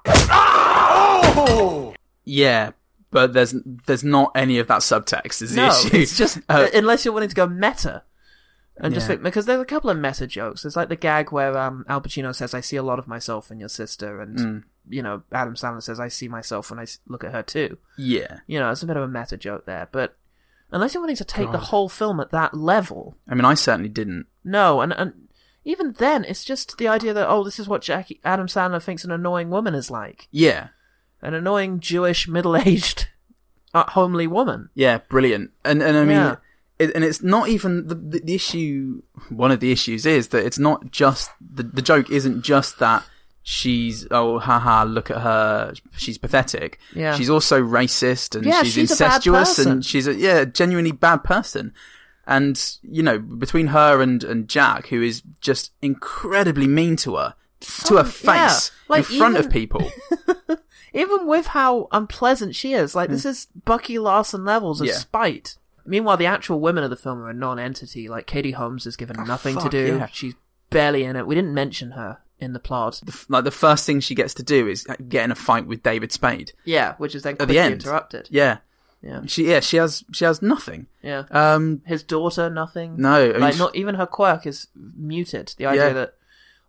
Yeah. But there's there's not any of that subtext. Is the
No,
issue?
it's just
<laughs> Uh,
unless you're wanting to go meta, and just
Yeah.
think, because there's a couple of meta jokes. There's like the gag where um, Al Pacino says, "I see a lot of myself in your sister," and
Mm.
you know Adam Sandler says, "I see myself when I s- look at her too."
yeah.
You know, it's a bit of a meta joke there, but unless you're wanting to take the whole film at that level,
I mean, I certainly didn't.
No, and and even then, it's just the idea that oh, this is what Jackie Adam Sandler thinks an annoying woman is like—an
Yeah.
annoying Jewish middle-aged, <laughs> uh, homely woman.
Yeah, brilliant. And and I mean,
Yeah.
it, and it's not even the, the the issue. One of the issues is that it's not just the the joke isn't just that she's oh haha look at her she's pathetic.
Yeah.
she's also racist and
Yeah,
she's,
she's a bad
incestuous
person.
and she's a yeah genuinely bad person. And you know between her and and Jack, who is just incredibly mean to her. To her face
Oh, yeah, like
in front
even-
of people.
Even with how unpleasant she is, like this is Bucky Larson levels of
Hmm. Yeah.
spite. Meanwhile, the actual women of the film are a non-entity. Like Katie Holmes is given nothing to
Oh, fuck,
do;
yeah.
she's barely in it. We didn't mention her in the plot.
The f- like the first thing she gets to do is get in a fight with David Spade.
Yeah, which is then
at
quickly
the end.
interrupted.
Yeah.
Yeah.
She yeah, she has she has nothing.
yeah. Uh,
Um
his daughter nothing
No, I mean-
like not even her quirk is muted the idea
Yeah.
that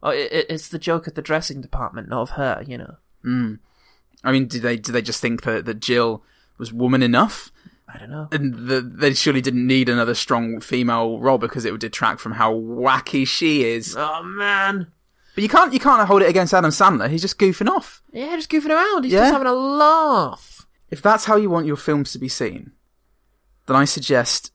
oh, it, it- it's the joke of the dressing department not of her you know
I mean, do they do they just think that, that Jill was woman enough?
i don't know
And the, they surely didn't need another strong female role because it would detract from how wacky she is.
oh man
But you can't you can't hold it against Adam Sandler. He's just goofing off.
yeah just goofing around he's
Yeah.
just having a laugh
If that's how you want your films to be seen, then I suggest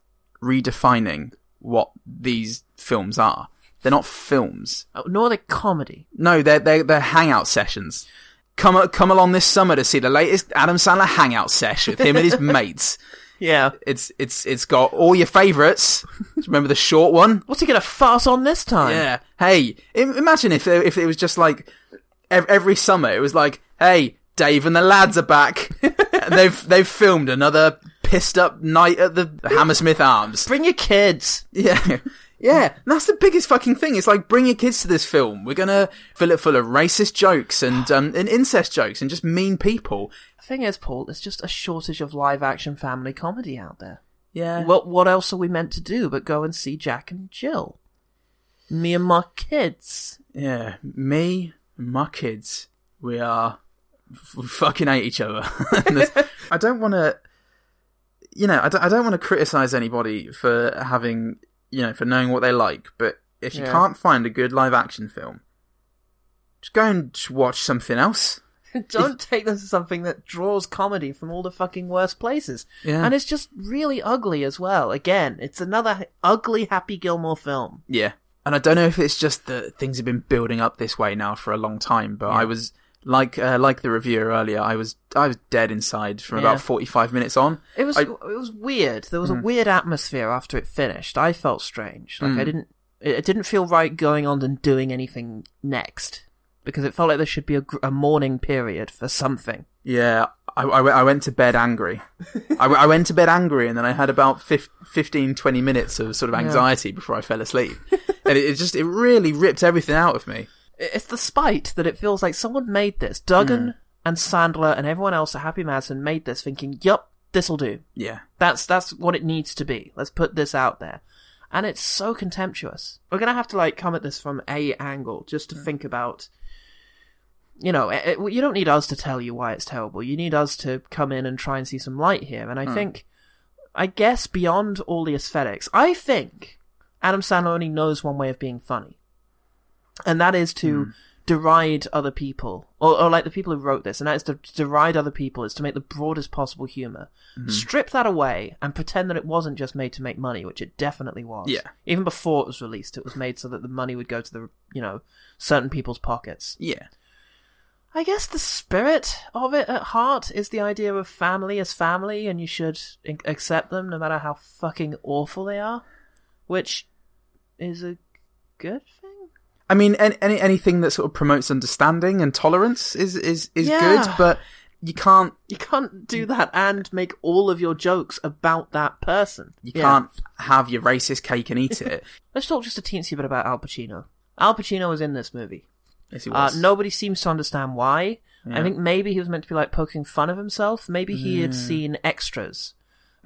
redefining what these films are. They're not films.
Oh, nor the comedy
No, they're they're, they're hangout sessions. Come come along this summer to see the latest Adam Sandler hangout sesh with him and his mates.
yeah
It's it's it's got all your favourites. Remember the short one?
what's he gonna farce on this time
Yeah. Hey, im- imagine if it- if it was just like ev- every summer it was like, hey, Dave and the lads are back. And they've they've filmed another pissed up night at the Hammersmith Arms.
bring your kids
Yeah. Yeah, and that's the biggest fucking thing. It's like bring your kids to this film. We're gonna fill it full of racist jokes and um, and incest jokes and just mean people.
the thing is paul there's just a shortage of live action family comedy out there
Yeah. Well,
what what else are we meant to do but go and see jack and jill me and my kids
yeah. Me, and my kids, we are we fucking hate each other. <laughs> And there's- I don't want to, you know, I don't, I don't want to criticize anybody for having, you know, for knowing what they like. But if you
Yeah.
can't find a good live action film, just go and watch something else.
<laughs> Don't take this as something that draws comedy from all the fucking worst places.
Yeah.
And it's just really ugly as well. Again, it's another h- ugly Happy Gilmore film.
Yeah. And I don't know if it's just that things have been building up this way now for a long time, but I was like uh, like the reviewer earlier, I was I was dead inside from
Yeah.
about 45 minutes on.
It was
I-
it was weird. There was a weird atmosphere after it finished. I felt strange. Like I didn't it it didn't feel right going on and doing anything next because it felt like there should be a, gr- a mourning period for something.
Yeah, I, I, went- I went to bed angry. I, w- I went to bed angry, and then I had about fif- 15, 20 minutes of sort of anxiety before I fell asleep. and it, it just, it really ripped everything out of me.
I- It's the spite that it feels like someone made this. Duggan and Sandler and everyone else at Happy Madison made this thinking, "Yup, this'll do."
Yeah.
That's that's what it needs to be. Let's put this out there. And it's so contemptuous. We're gonna have to like come at this from a angle just to think about. You know, it, it- you don't need us to tell you why it's terrible. You need us to come in and try and see some light here. And I think I guess beyond all the aesthetics, I think Adam Sandler only knows one way of being funny, and that is to deride other people, or, or like the people who wrote this, and that is to deride other people, is to make the broadest possible humor, strip that away, and pretend that it wasn't just made to make money, which it definitely was.
Yeah.
Even before it was released, it was made so that the money would go to the you know certain people's pockets.
Yeah.
I guess the spirit of it at heart is the idea of family as family, and you should in- accept them no matter how fucking awful they are, which is a good thing.
I mean, any, any anything that sort of promotes understanding and tolerance is is is
Yeah.
good, but you can't
You can't do that and make all of your jokes about that person.
you
Yeah.
can't have your racist cake and eat
<laughs>
it.
Let's talk just a teensy bit about Al Pacino. Al Pacino was in this movie.
Yes, he
Uh,
was.
nobody seems to understand why. I think maybe he was meant to be like poking fun of himself. Maybe he had
Hmm.
seen extras.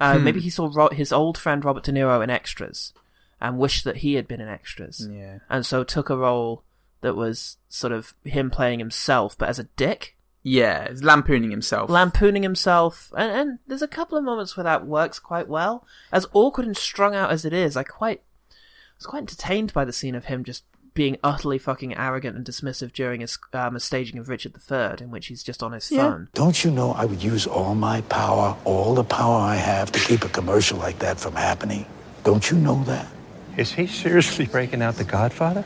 Uh, Maybe he saw Ro- his old friend Robert De Niro in extras and wished that he had been in extras.
Yeah.
And so took a role that was sort of him playing himself, but as a dick,
Yeah, he's lampooning himself.
lampooning himself. And, and there's a couple of moments where that works quite well. As awkward and strung out as it is, I quite I was quite entertained by the scene of him just being utterly fucking arrogant and dismissive during his um, his staging of Richard III, in which he's just on his
Yeah.
phone.
Don't you know I would use all my power, all the power I have to keep a commercial like that from happening? Don't you know that?
Is he seriously breaking out The Godfather?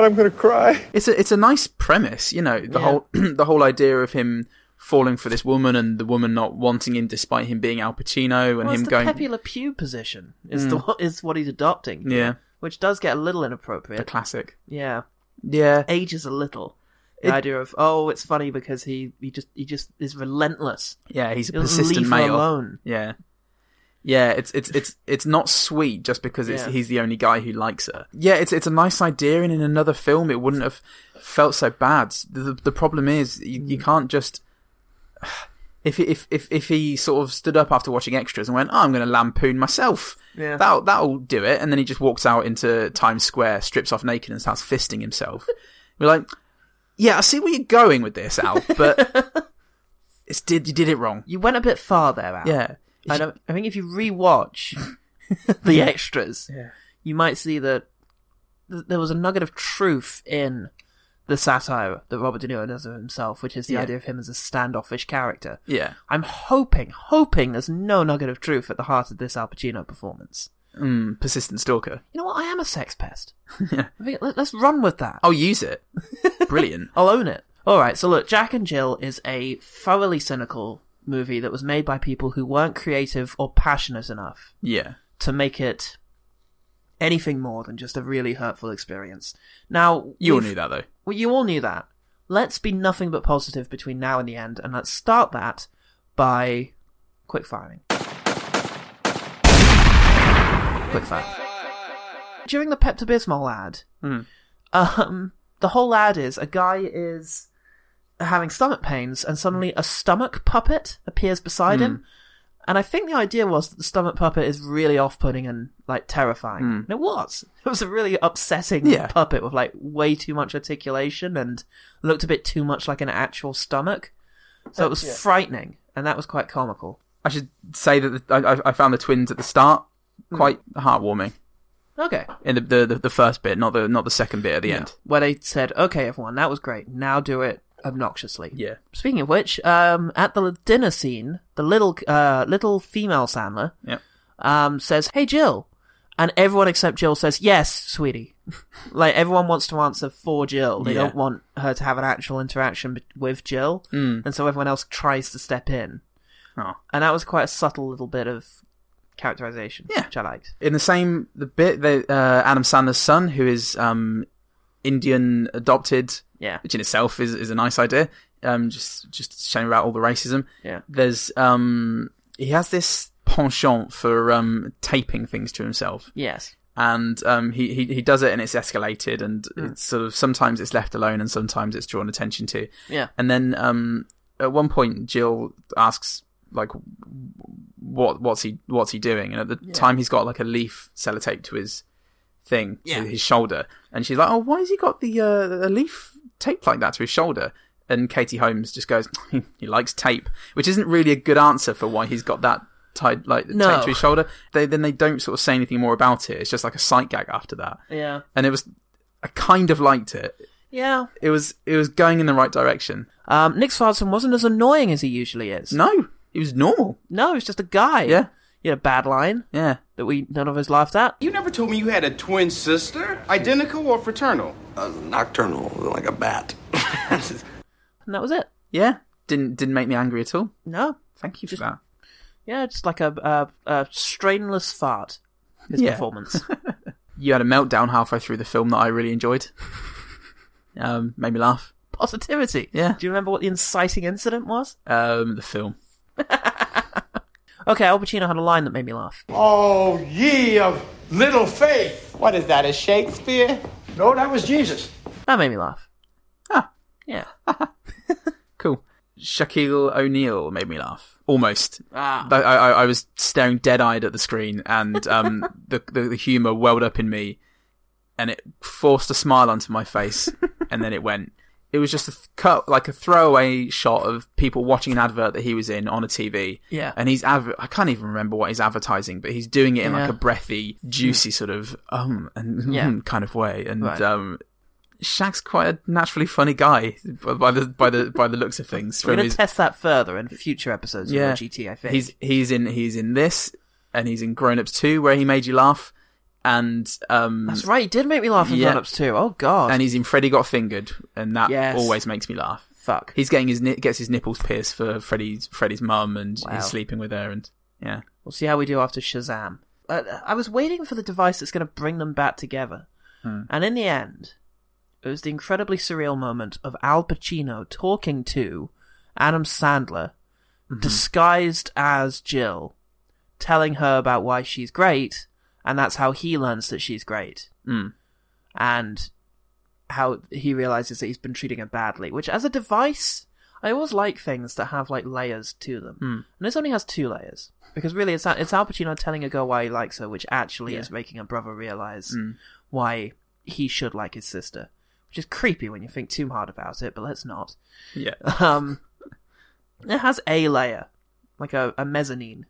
It's a it's a nice premise, you know,
Yeah.
the whole <clears throat> the whole idea of him falling for this woman and the woman not wanting him despite him being Al Pacino and
Well, it's
him
the
going Mm.
Pepe Le Pew position is the <laughs> what is what he's adopting.
Yeah.
which does get a little
the
inappropriate.
classic.
yeah,
Yeah.
ages a little. The idea of oh, it's funny because he he just he just is relentless.
Yeah, he's a
He'll
persistent
leave her
male.
alone.
Yeah. Yeah, it's it's it's it's not sweet just because it's,
Yeah.
he's the only guy who likes her. Yeah, it's it's a nice idea, and in another film, it wouldn't have felt so bad. The, the problem is you,
Mm.
you can't just <sighs> if he- if if if he sort of stood up after watching extras and went, "Oh, I'm going to lampoon myself,"
Yeah.
that'll that'll do it. And then he just walks out into Times Square, strips off naked, and starts fisting
<laughs>
himself. We're like, "Yeah, I see where you're going with this, Al, but
<laughs>
it's did you did it wrong."
You went a bit far there, Al.
Yeah.
I don't. I think if you
<laughs>
rewatch the extras, you might see that th- there was a nugget of truth in the satire that Robert De Niro does of himself, which is the
Yeah.
idea of him as a standoffish character.
Yeah.
I'm hoping, hoping there's no nugget of truth at the heart of this Al Pacino performance.
Mm, persistent stalker.
You know what? I am a sex
<laughs>
pest. I think, let, let's run with that.
I'll use it.
<laughs>
Brilliant.
I'll own it. All right, so look, Jack and Jill is a thoroughly cynical movie that was made by people who weren't creative or passionate enough
Yeah.
to make it anything more than just a really hurtful experience. Now,
You all
we've-
knew that though.
Well, you all knew that. Let's be nothing but positive between now and the end, and let's start that by quick firing. Quick fire. During the Pepto Bismol ad,
Hmm.
um, the whole ad is a guy is having stomach pains, and suddenly a stomach puppet appears beside
Hmm.
him. And I think the idea was that the stomach puppet is really off-putting and like terrifying. And it was. It was a really upsetting
Hmm. Yeah.
puppet with like way too much articulation and looked a bit too much like an actual stomach. So it was frightening, and that was quite comical.
I should say that the, I, I- I found the twins at the start
Hmm.
quite heartwarming
Okay.
in the, the the the first bit, not the not the second bit at the end.
Where they said, "Okay, everyone, that was great. Now do it obnoxiously."
Yeah.
Speaking of which, um, at the dinner scene, the little uh, little female Sandler
Yeah.
um, says, "Hey, Jill," and everyone except Jill says, "Yes, sweetie." <laughs> like everyone wants to answer for Jill. They
Yeah.
don't want her to have an actual interaction be- with Jill,
Hmm.
and so everyone else tries to step in.
Oh.
And that was quite a subtle little bit of characterization,
Yeah.
which I liked.
In the same the bit, the, uh, Adam Sandler's son, who is um, Indian adopted,
Yeah.
which in itself is, is a nice idea. Um, just just shame about all the racism.
Yeah.
There's um, he has this penchant for um, taping things to himself.
Yes.
and um, he, he he does it, and it's escalated, and it's sort of sometimes it's left alone, and sometimes it's drawn attention to.
Yeah.
And then um, at one point, Jill asks like, "What what's he what's he doing?" And at the time, he's got like a leaf sellotaped to his thing, to his shoulder, and she's like, "Oh, why has he got the uh, a leaf taped like that to his shoulder?" <laughs> And Katie Holmes just goes, "He likes tape," which isn't really a good answer for why he's got that tied like
No.
taped to his shoulder. They then they don't sort of say anything more about it. It's just like a sight gag after that.
Yeah.
And it was I kind of liked it.
Yeah.
It was it was going in the right direction.
Um, Nick Swartzen wasn't as annoying as he usually is.
No, it was normal.
No, he's just a guy.
Yeah.
Yeah, bad line
Yeah.
that we none of us laughed at.
You never told me you had a twin sister, identical or fraternal.
I was nocturnal, like a bat.
And that was it.
Yeah. Didn't didn't make me angry at all.
No.
Thank you for
Just-
that.
Yeah, just like a a, a strainless fart. His
Yeah. <laughs>
performance.
You had a meltdown halfway through the film that I really enjoyed. <laughs> um, made me laugh.
Positivity.
Yeah.
Do you remember what the inciting incident was?
Um, the film.
Okay, Al Pacino had a line that made me laugh.
Oh, ye of little faith.
What is that, a Shakespeare?
No, that was Jesus.
That made me laugh.
Ah.
Yeah.
Cool. Shaquille O'Neal made me laugh. Almost.
Ah.
I, I, I was staring dead eyed at the screen and
<laughs>
um, the, the, the humour welled up in me and it forced a smile onto
<laughs>
my face and then it went. It was just a th- cut, like a throwaway shot of people watching an advert that he was in on a TV.
Yeah.
And he's, adver- I can't even remember what he's advertising, but he's doing it in like
Yeah.
a breathy, juicy sort of, um, and <laughs>
Yeah.
kind of way. And,
Right.
um, Shaq's quite a naturally funny guy by- by the by the by the looks of things.
We're
from
going
his-
to test that further in future episodes
Yeah.
of Raw GT, I think.
he's he's in he's in this and he's in Grown Ups Two where he made you laugh, and um
That's right, he did make me laugh in
Yeah.
Grown Ups too. Oh, God.
and he's in Freddy Got Fingered and that
Yes.
always makes me laugh.
Fuck.
He's getting his ni- gets his nipples pierced for Freddy's Freddy's mum and
Wow.
he's sleeping with her and yeah
We'll see how we do after Shazam. Uh, I was waiting for the device that's going to bring them back together. And in the end, it was the incredibly surreal moment of Al Pacino talking to Adam Sandler, disguised as Jill, telling her about why she's great, and that's how he learns that she's great.
Mm.
And how he realizes that he's been treating her badly, which as a device, I always like things that have like layers to them.
Hmm.
And this only has two layers because really it's it's Al Pacino telling a girl why he likes her, which actually
Yeah. Hmm.
is making her brother realize why he should like his sister, which is creepy when you think too hard about it. But let's not.
yeah
Um, it has a layer, like a, a mezzanine.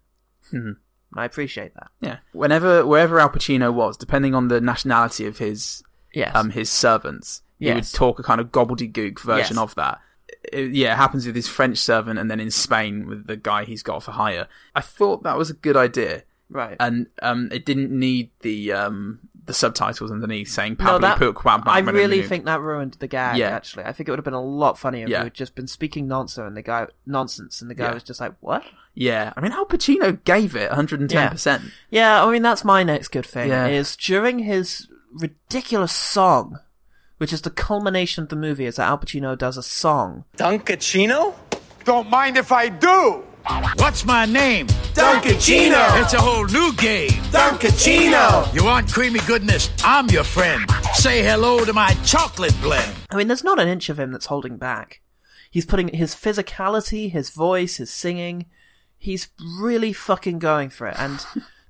Mhm.
I appreciate that.
<laughs> yeah whenever wherever Al Pacino was, depending on the nationality of his
Yes.
um his servants. He would
Yes.
talk a kind of gobbledygook version
Yes.
of that. It- yeah, it happens with his French servant, and then in Spain with the guy he's got for hire. I thought that was a good idea,
right.
and um, it didn't need the um the subtitles underneath saying
no,
Pablo
that,
Puig,
I
Pablo
really
Puig."
think that ruined the gag.
Yeah.
Actually, I think it would have been a lot funnier
Yeah.
if we had just been speaking nonsense and the guy nonsense and the guy
Yeah.
was just like, "What?"
Yeah, I mean, Al Pacino gave it 110. percent
Yeah, I mean that's my next good thing
Yeah.
is during his ridiculous song, which is the culmination of the movie, is that Al Pacino does a song.
Dunkachino?
Don't mind if I do.
What's my name?
Dunkachino!
It's a whole new game.
Dunkachino!
You want creamy goodness? I'm your friend. Say hello to my chocolate blend.
I mean, there's not an inch of him that's holding back. He's putting his physicality, his voice, his singing. He's really fucking going for it, and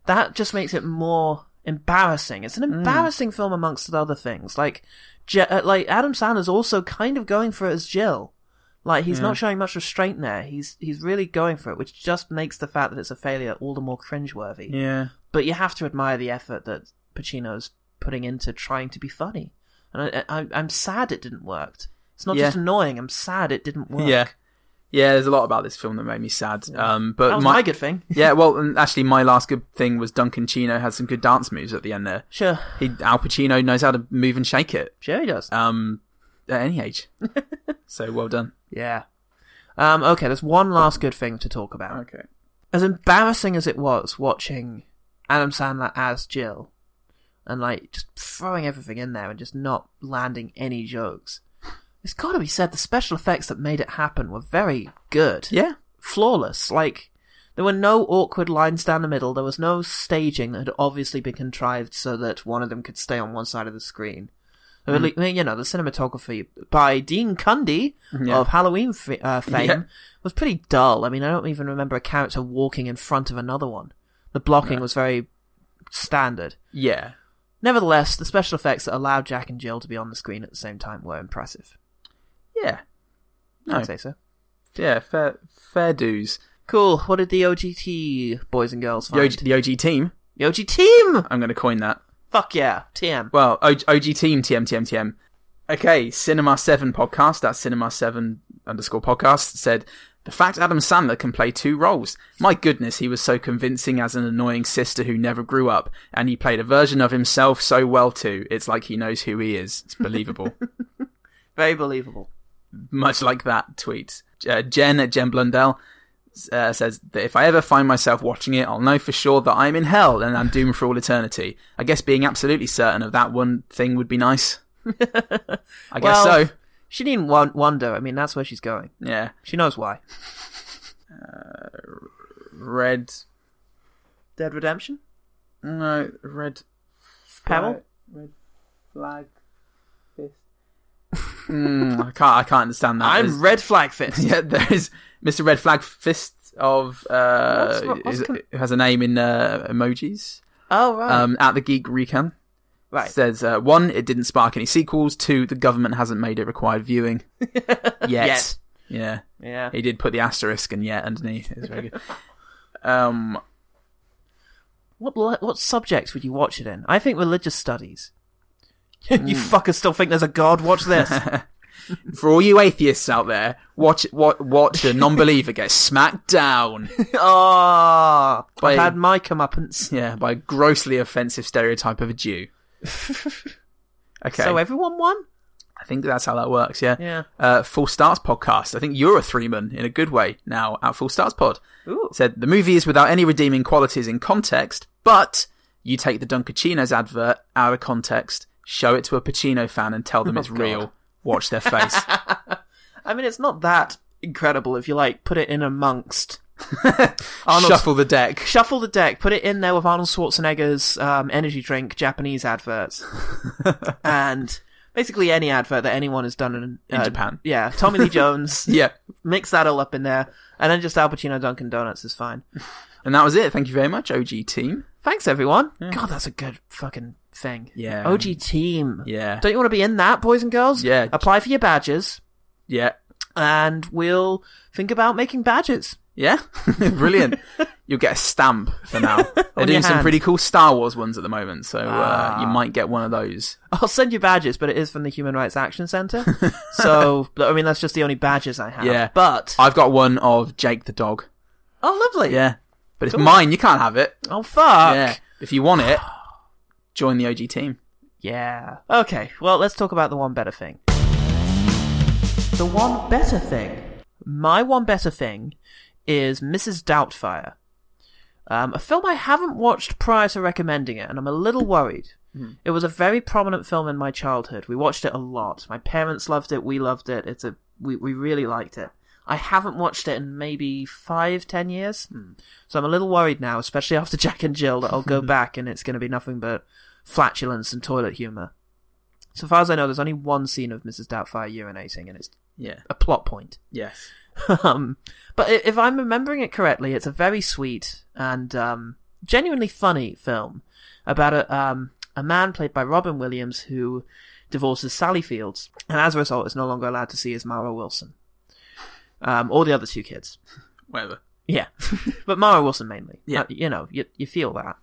that just makes it more embarrassing. It's an embarrassing film amongst the other things. Like, Je- uh, like Adam Sandler's also kind of going for it as Jill. Like he's not showing much restraint there. He's he's really going for it, which just makes the fact that it's a failure all the more cringeworthy.
Yeah,
But you have to admire the effort that Pacino's putting into trying to be funny. And I, I, I'm sad it didn't work. It's not
Yeah.
just annoying. I'm sad it didn't work.
yeah, yeah. There's a lot about this film that made me sad. Um, but
that was my, good thing.
<laughs> yeah, well, and actually, my last good thing was Duncan Chino had some good dance moves at the end there.
Sure,
He Al Pacino knows how to move and shake it.
sure he does.
Um, at any
<laughs>
age. so well done.
yeah. Um, okay, there's one last good thing to talk about.
Okay.
as embarrassing as it was watching Adam Sandler as Jill and like just throwing everything in there and just not landing any jokes, it's got to be said the special effects that made it happen were very good.
Yeah.
Flawless. Like, there were no awkward lines down the middle. There was no staging that had obviously been contrived so that one of them could stay on one side of the screen. Or
Mm-hmm.
at lea- you know, the cinematography by Dean Cundy
Mm-hmm. Yeah.
of Halloween f- uh, fame
Yeah.
was pretty dull. I mean, I don't even remember a character walking in front of another one. The blocking was very standard.
Yeah.
Nevertheless, the special effects that allowed Jack and Jill to be on the screen at the same time were impressive.
Yeah. No.
I'd say so.
Yeah. Fair. Fair dues.
Cool. What did the OGT boys and girls
The
find?
OG, the OG team.
The OG team.
I'm going to coin that.
Fuck yeah, TM.
Well, OG, OG team, TM, TM, TM. Okay, Cinema 7 podcast, that's Cinema 7 underscore podcast, said, The fact Adam Sandler can play two roles. My goodness, he was so convincing as an annoying sister who never grew up, and he played a version of himself so well too. It's like he knows who he is. It's believable.
Very believable.
much like that tweet. Uh, Jen at Jen Blundell uh, says that if I ever find myself watching it, I'll know for sure that I'm in hell and I'm doomed for all eternity. I guess being absolutely certain of that one thing would be nice. <laughs> I guess
Well-
so.
She didn't won- wonder. I mean, that's where she's going.
Yeah.
She knows <laughs> why. Uh,
Red.
Dead Redemption?
No, red.
Pavel?
Flag. mm, I can't. I can't understand that.
I'm
There's-
Red Flag <laughs> Fist.
<laughs> yeah, there is Mr. Red Flag Fist of uh,
What's- what- what's
is-
con-
has a name in uh, emojis.
Oh, right.
Um, at the Geek Recon
right.
says uh, one, it didn't spark any sequels. Two, the government hasn't made it
<laughs>
required viewing yet.
Yet.
Yeah,
yeah.
he did put the asterisk and yet underneath. It's very good. <laughs> um,
What li- what subjects would you watch it in? I think religious studies. <laughs> you fuckers still think there's a god? Watch <laughs> this.
for all you atheists out there, watch watch, watch a non-believer get smacked down.
<laughs> Ah,
By-
I've had my <laughs> comeuppance.
Yeah, by a grossly offensive stereotype of
<laughs>
a Jew. Okay.
So everyone won.
I think that's how that works. Yeah.
Yeah.
Uh, Full Starts podcast. I think you're a three man in a good way now at Full Starts Pod.
Ooh.
Said the movie is without any redeeming qualities in context, but you take the Dunkachinos advert out of context, show it to a Pacino fan, and tell them it's
Oh God.
real. Watch their face.
I mean, it's not that incredible if you like put it in amongst <laughs> Arnold.
<laughs> Shuffle the deck.
Shuffle the deck. Put it in there with Arnold Schwarzenegger's um, energy drink Japanese
<laughs>
adverts, and basically any advert that anyone has done in, uh,
In Japan.
Yeah, Tommy
<laughs>
Lee Jones.
Yeah.
mix that all up in there, and then just Al Pacino Dunkin' Donuts is fine.
And that was it. Thank you very much, OG team.
Thanks, everyone. God, that's a good fucking thing.
Yeah.
OG team.
Yeah.
Don't you want to be in that, boys and girls?
Yeah.
Apply for your badges,
Yeah.
and we'll think about making badges.
Yeah, <laughs>
<laughs>
brilliant. You'll get a stamp for now. They're
On
doing
your
some
hand. Ah.
pretty cool Star Wars ones at the moment, so uh, you might get one of those.
I'll send you badges, but it is from the Human Rights Action
<laughs>
Center. so, but, I mean, that's just the only badges I have.
Yeah.
But
I've got one of Jake the dog.
oh, lovely.
Yeah, but it's mine. You can't have it.
Oh fuck.
Yeah, if
<sighs>
you want it, join the OG team.
Yeah. Okay, well, let's talk about the one better thing. The one better thing. My one better thing is Mrs. Doubtfire. Um, a film I haven't watched prior to recommending it, and I'm a little worried. It was a very prominent film in my childhood. We watched it a lot. My parents loved it. We loved it. It's a we, we really liked it. I haven't watched it in maybe five, ten years, so I'm a little worried now, especially after <laughs> Jack and Jill. That I'll go back and it's going to be nothing but flatulence and toilet humor. So far as I know, there's only one scene of Mrs. Doubtfire urinating, and it's
Yeah.
a plot point. <laughs>
Yes.
um, but i- if I'm remembering it correctly, it's a very sweet and um, genuinely funny film about a um, a man played by Robin Williams who divorces Sally Fields, and as a result, is no longer allowed to see his Mara Wilson um, or the other two kids.
Whatever. <laughs>
Yeah, but Mara Wilson mainly.
Yeah.
Uh, you know, you you feel that.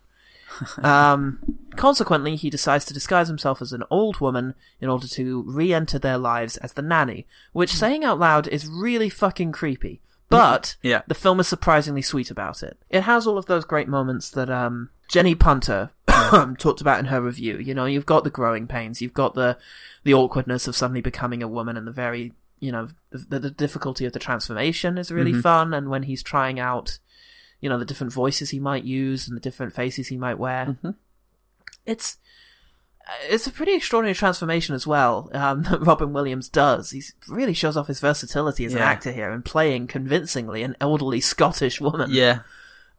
um, consequently, he decides to disguise himself as an old woman in order to re-enter their lives as the nanny,
Hmm.
which, saying out loud, is really fucking creepy. But
<laughs> Yeah.
the film is surprisingly sweet about it. It has all of those great moments that um, Jenny Punter <laughs> talked about in her review. You know, you've got the growing pains, you've got the the awkwardness of suddenly becoming a woman, and the very you know the, the difficulty of the transformation is
Mm-hmm.
really fun. And when he's trying out, you know, the different voices he might use and the different faces he might wear,
Mm-hmm.
it's uh, it's a pretty extraordinary transformation as well um, <laughs> that Robin Williams does. He really shows off his versatility as an
Yeah.
actor here in playing convincingly an elderly Scottish woman.
Yeah.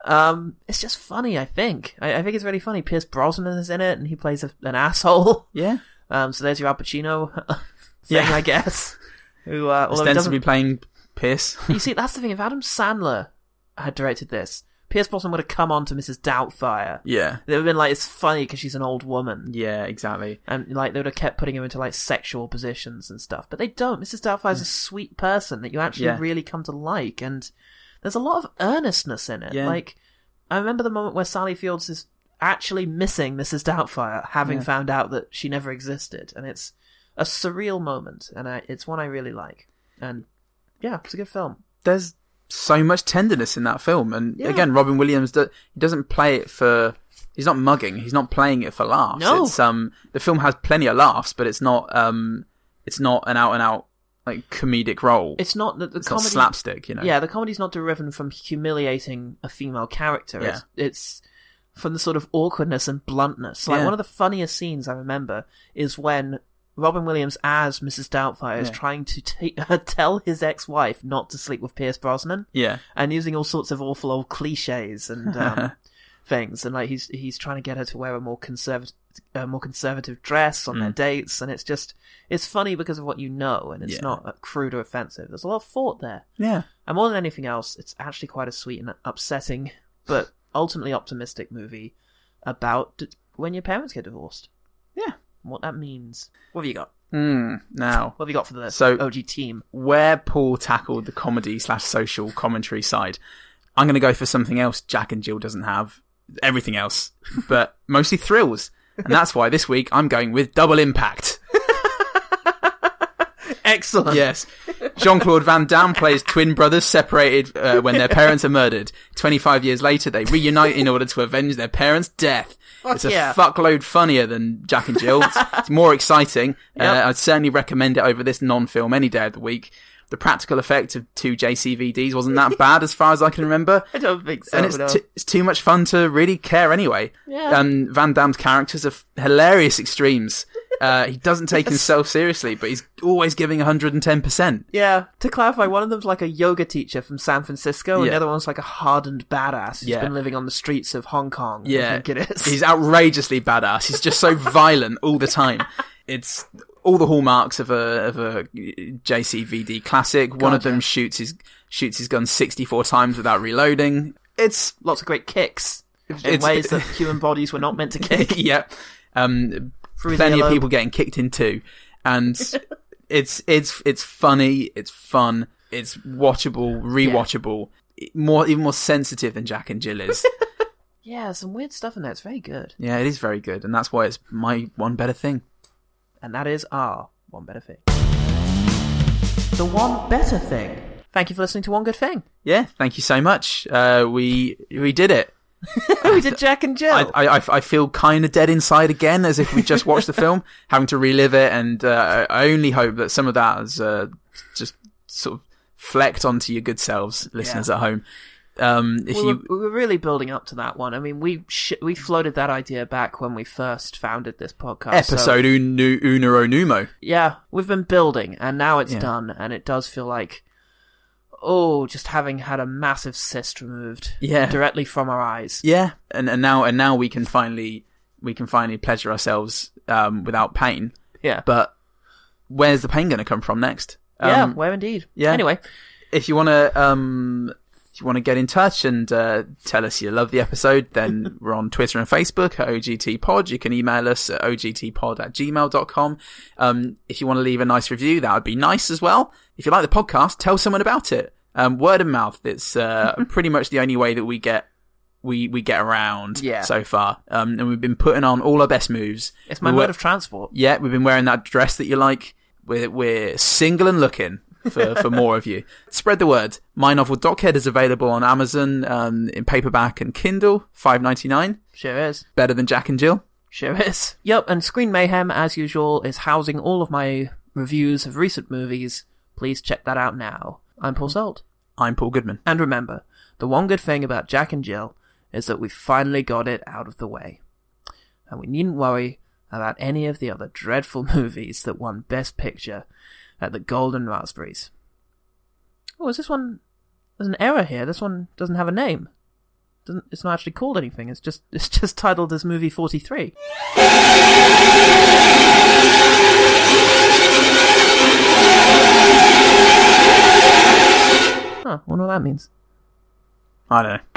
Um, it's just funny, I think. I, I think it's really funny. Pierce Brosnan is in it, and he plays a, an asshole.
<laughs> Yeah.
Um, so there's your Al Pacino <laughs> thing,
Yeah.
I
<laughs>
guess. Who uh, although he
Ostensibly
doesn't,
playing
<laughs>
piss. <laughs>
you see, that's the thing. If Adam Sandler had directed this, Pierce Brosnan would have come on to Mrs. Doubtfire.
yeah.
They would have been like, it's funny because she's an old woman.
Yeah. Exactly.
And like they would have kept putting him into like sexual positions and stuff, but they don't. Mrs. Doubtfire's a sweet person that you actually
Mm. Yeah.
really come to like, and there's a lot of earnestness in it.
Yeah.
Like I remember the moment where Sally Fields is actually missing Mrs. Doubtfire, having
Yeah.
found out that she never existed, and it's a surreal moment, and I, it's one I really like. And yeah, it's a good film.
there's so much tenderness in that film, and
Yeah.
again, Robin Williams do, he doesn't play it for. He's not mugging. He's not playing it for laughs.
No.
It's, um, the film has plenty of laughs, but it's not. Um, it's not an out and out like comedic role.
It's not that the
It's not
comedy
slapstick, you know.
Yeah, the comedy's not driven from humiliating a female character. It's, it's from the sort of awkwardness and bluntness. Like
Yeah.
one of the funniest scenes I remember is when Robin Williams as Mrs. Doubtfire is
Yeah.
trying to <laughs> ta- tell his ex-wife not to sleep with Pierce Brosnan.
Yeah.
and using all sorts of awful old cliches and
<laughs>
um, things, and like he's he's trying to get her to wear a more conservative, a more conservative dress on
Mm.
their dates, and it's just it's funny because of what you know, and it's
Yeah.
not uh, crude or offensive. There's a lot of thought there,
Yeah.
and more than anything else, it's actually quite a sweet and upsetting, but ultimately optimistic movie about d- when your parents get divorced,
Yeah.
and what that means. What have you got?
Hmm. now,
What have you got for the
So-
OG team?
where Paul tackled the comedy slash social commentary side, I'm going to go for something else Jack and Jill doesn't have. Everything
<laughs>
else, but mostly thrills. And that's why this week I'm going with Double Impact.
Excellent.
<laughs> Yes. Jean Claude Van Damme plays twin brothers separated uh, when their parents are murdered. 25 years later, they reunite in order to avenge their parents' death. it's a
yeah.
fuckload funnier than Jack and Jill.
<laughs>
It's, it's more exciting.
Yep.
Uh, I'd certainly recommend it over this non film any day of the week. The practical effect of two JCVDs
<laughs>
wasn't that bad as far as I can remember.
I don't think so.
And it's,
no.
t- it's too much fun to really care anyway.
Yeah.
Um, Van Damme's characters are f- hilarious extremes. Uh, he doesn't
<laughs>
take himself seriously, but he's always giving 110%.
Yeah, to clarify, one of them's like a yoga teacher from San Francisco, and the
Yeah.
other one's like a hardened badass who's
Yeah.
been living on the streets of Hong Kong. I
Yeah.
think it is.
He's outrageously badass. He's
<laughs>
just so violent all the time. It's all the hallmarks of a of a JCVD classic. One of them shoots his shoots his gun 64 times without reloading. It's
Lots of great kicks in
It's-
ways that human bodies were not meant to kick.
<laughs> yeah. Um,
Through the
plenty of
yellow.
people getting kicked in too, and it's it's it's funny, it's fun, it's watchable, rewatchable, e, more even more sensitive than Jack and Jill is.
Yeah, some weird stuff in there. It's very good.
yeah, it is very good, and that's why it's my one better thing.
And that is our One Better Thing. The One Better Thing. Thank you for listening to One Good
<laughs>
Thing.
Yeah, thank you so much. Uh, we we did it.
we did Jack and Jill.
I, I, I- I feel kind of dead inside again, as if we just watched the film, having to relive it. And uh, I only hope that some of that has uh, just sort of flecked onto your good selves, listeners at home. Um, if
we, were,
you,
we were really building up to that one. I mean, we sh- we floated that idea back when we first founded this podcast. so-
episode unu, unero numo.
yeah, we've been building, and now it's
Yeah.
done, and it does feel like, oh, just having had a massive cyst removed,
Yeah.
directly from our eyes.
Yeah, and and now and now we can finally we can finally pleasure ourselves um, without pain.
Yeah,
But where's the pain going to come from next?
yeah,
Um,
where indeed.
yeah.
Anyway,
if you want to um if you want to get in touch and uh, tell us you love the episode
<laughs>
then we're on twitter and facebook at ogt pod you can email us at ogtpod at gmail.com um if you want to leave a nice review that would be nice as well if you like the podcast tell someone about it um word of mouth it's
<laughs>
uh pretty much the only way that we get we we get around
Yeah.
so far um and we've been putting on all our best moves
it's my
We
mode
were-
of transport.
yeah, we've been wearing that dress that you like. We're, we're single and looking for,
<laughs>
for more of you. Spread the word. My novel Dockhead is available on Amazon um, in paperback and Kindle, five ninety nine.
Sure is.
Better than Jack and Jill.
Sure is. Yep, and Screen Mayhem, as usual, is housing all of my reviews of recent movies. Please check that out now. I'm Paul Salt.
I'm Paul Goodman.
And remember, the one good thing about Jack and Jill is that we finally got it out of the way. And we needn't worry about any of the other dreadful <laughs> movies that won Best Picture at the Golden Raspberries. Oh, is this one. There's an error here. This one doesn't have a name. Doesn't, it's not actually called anything. It's just <laughs> it's just titled as movie 43. Huh, wonder what that means.
I don't know.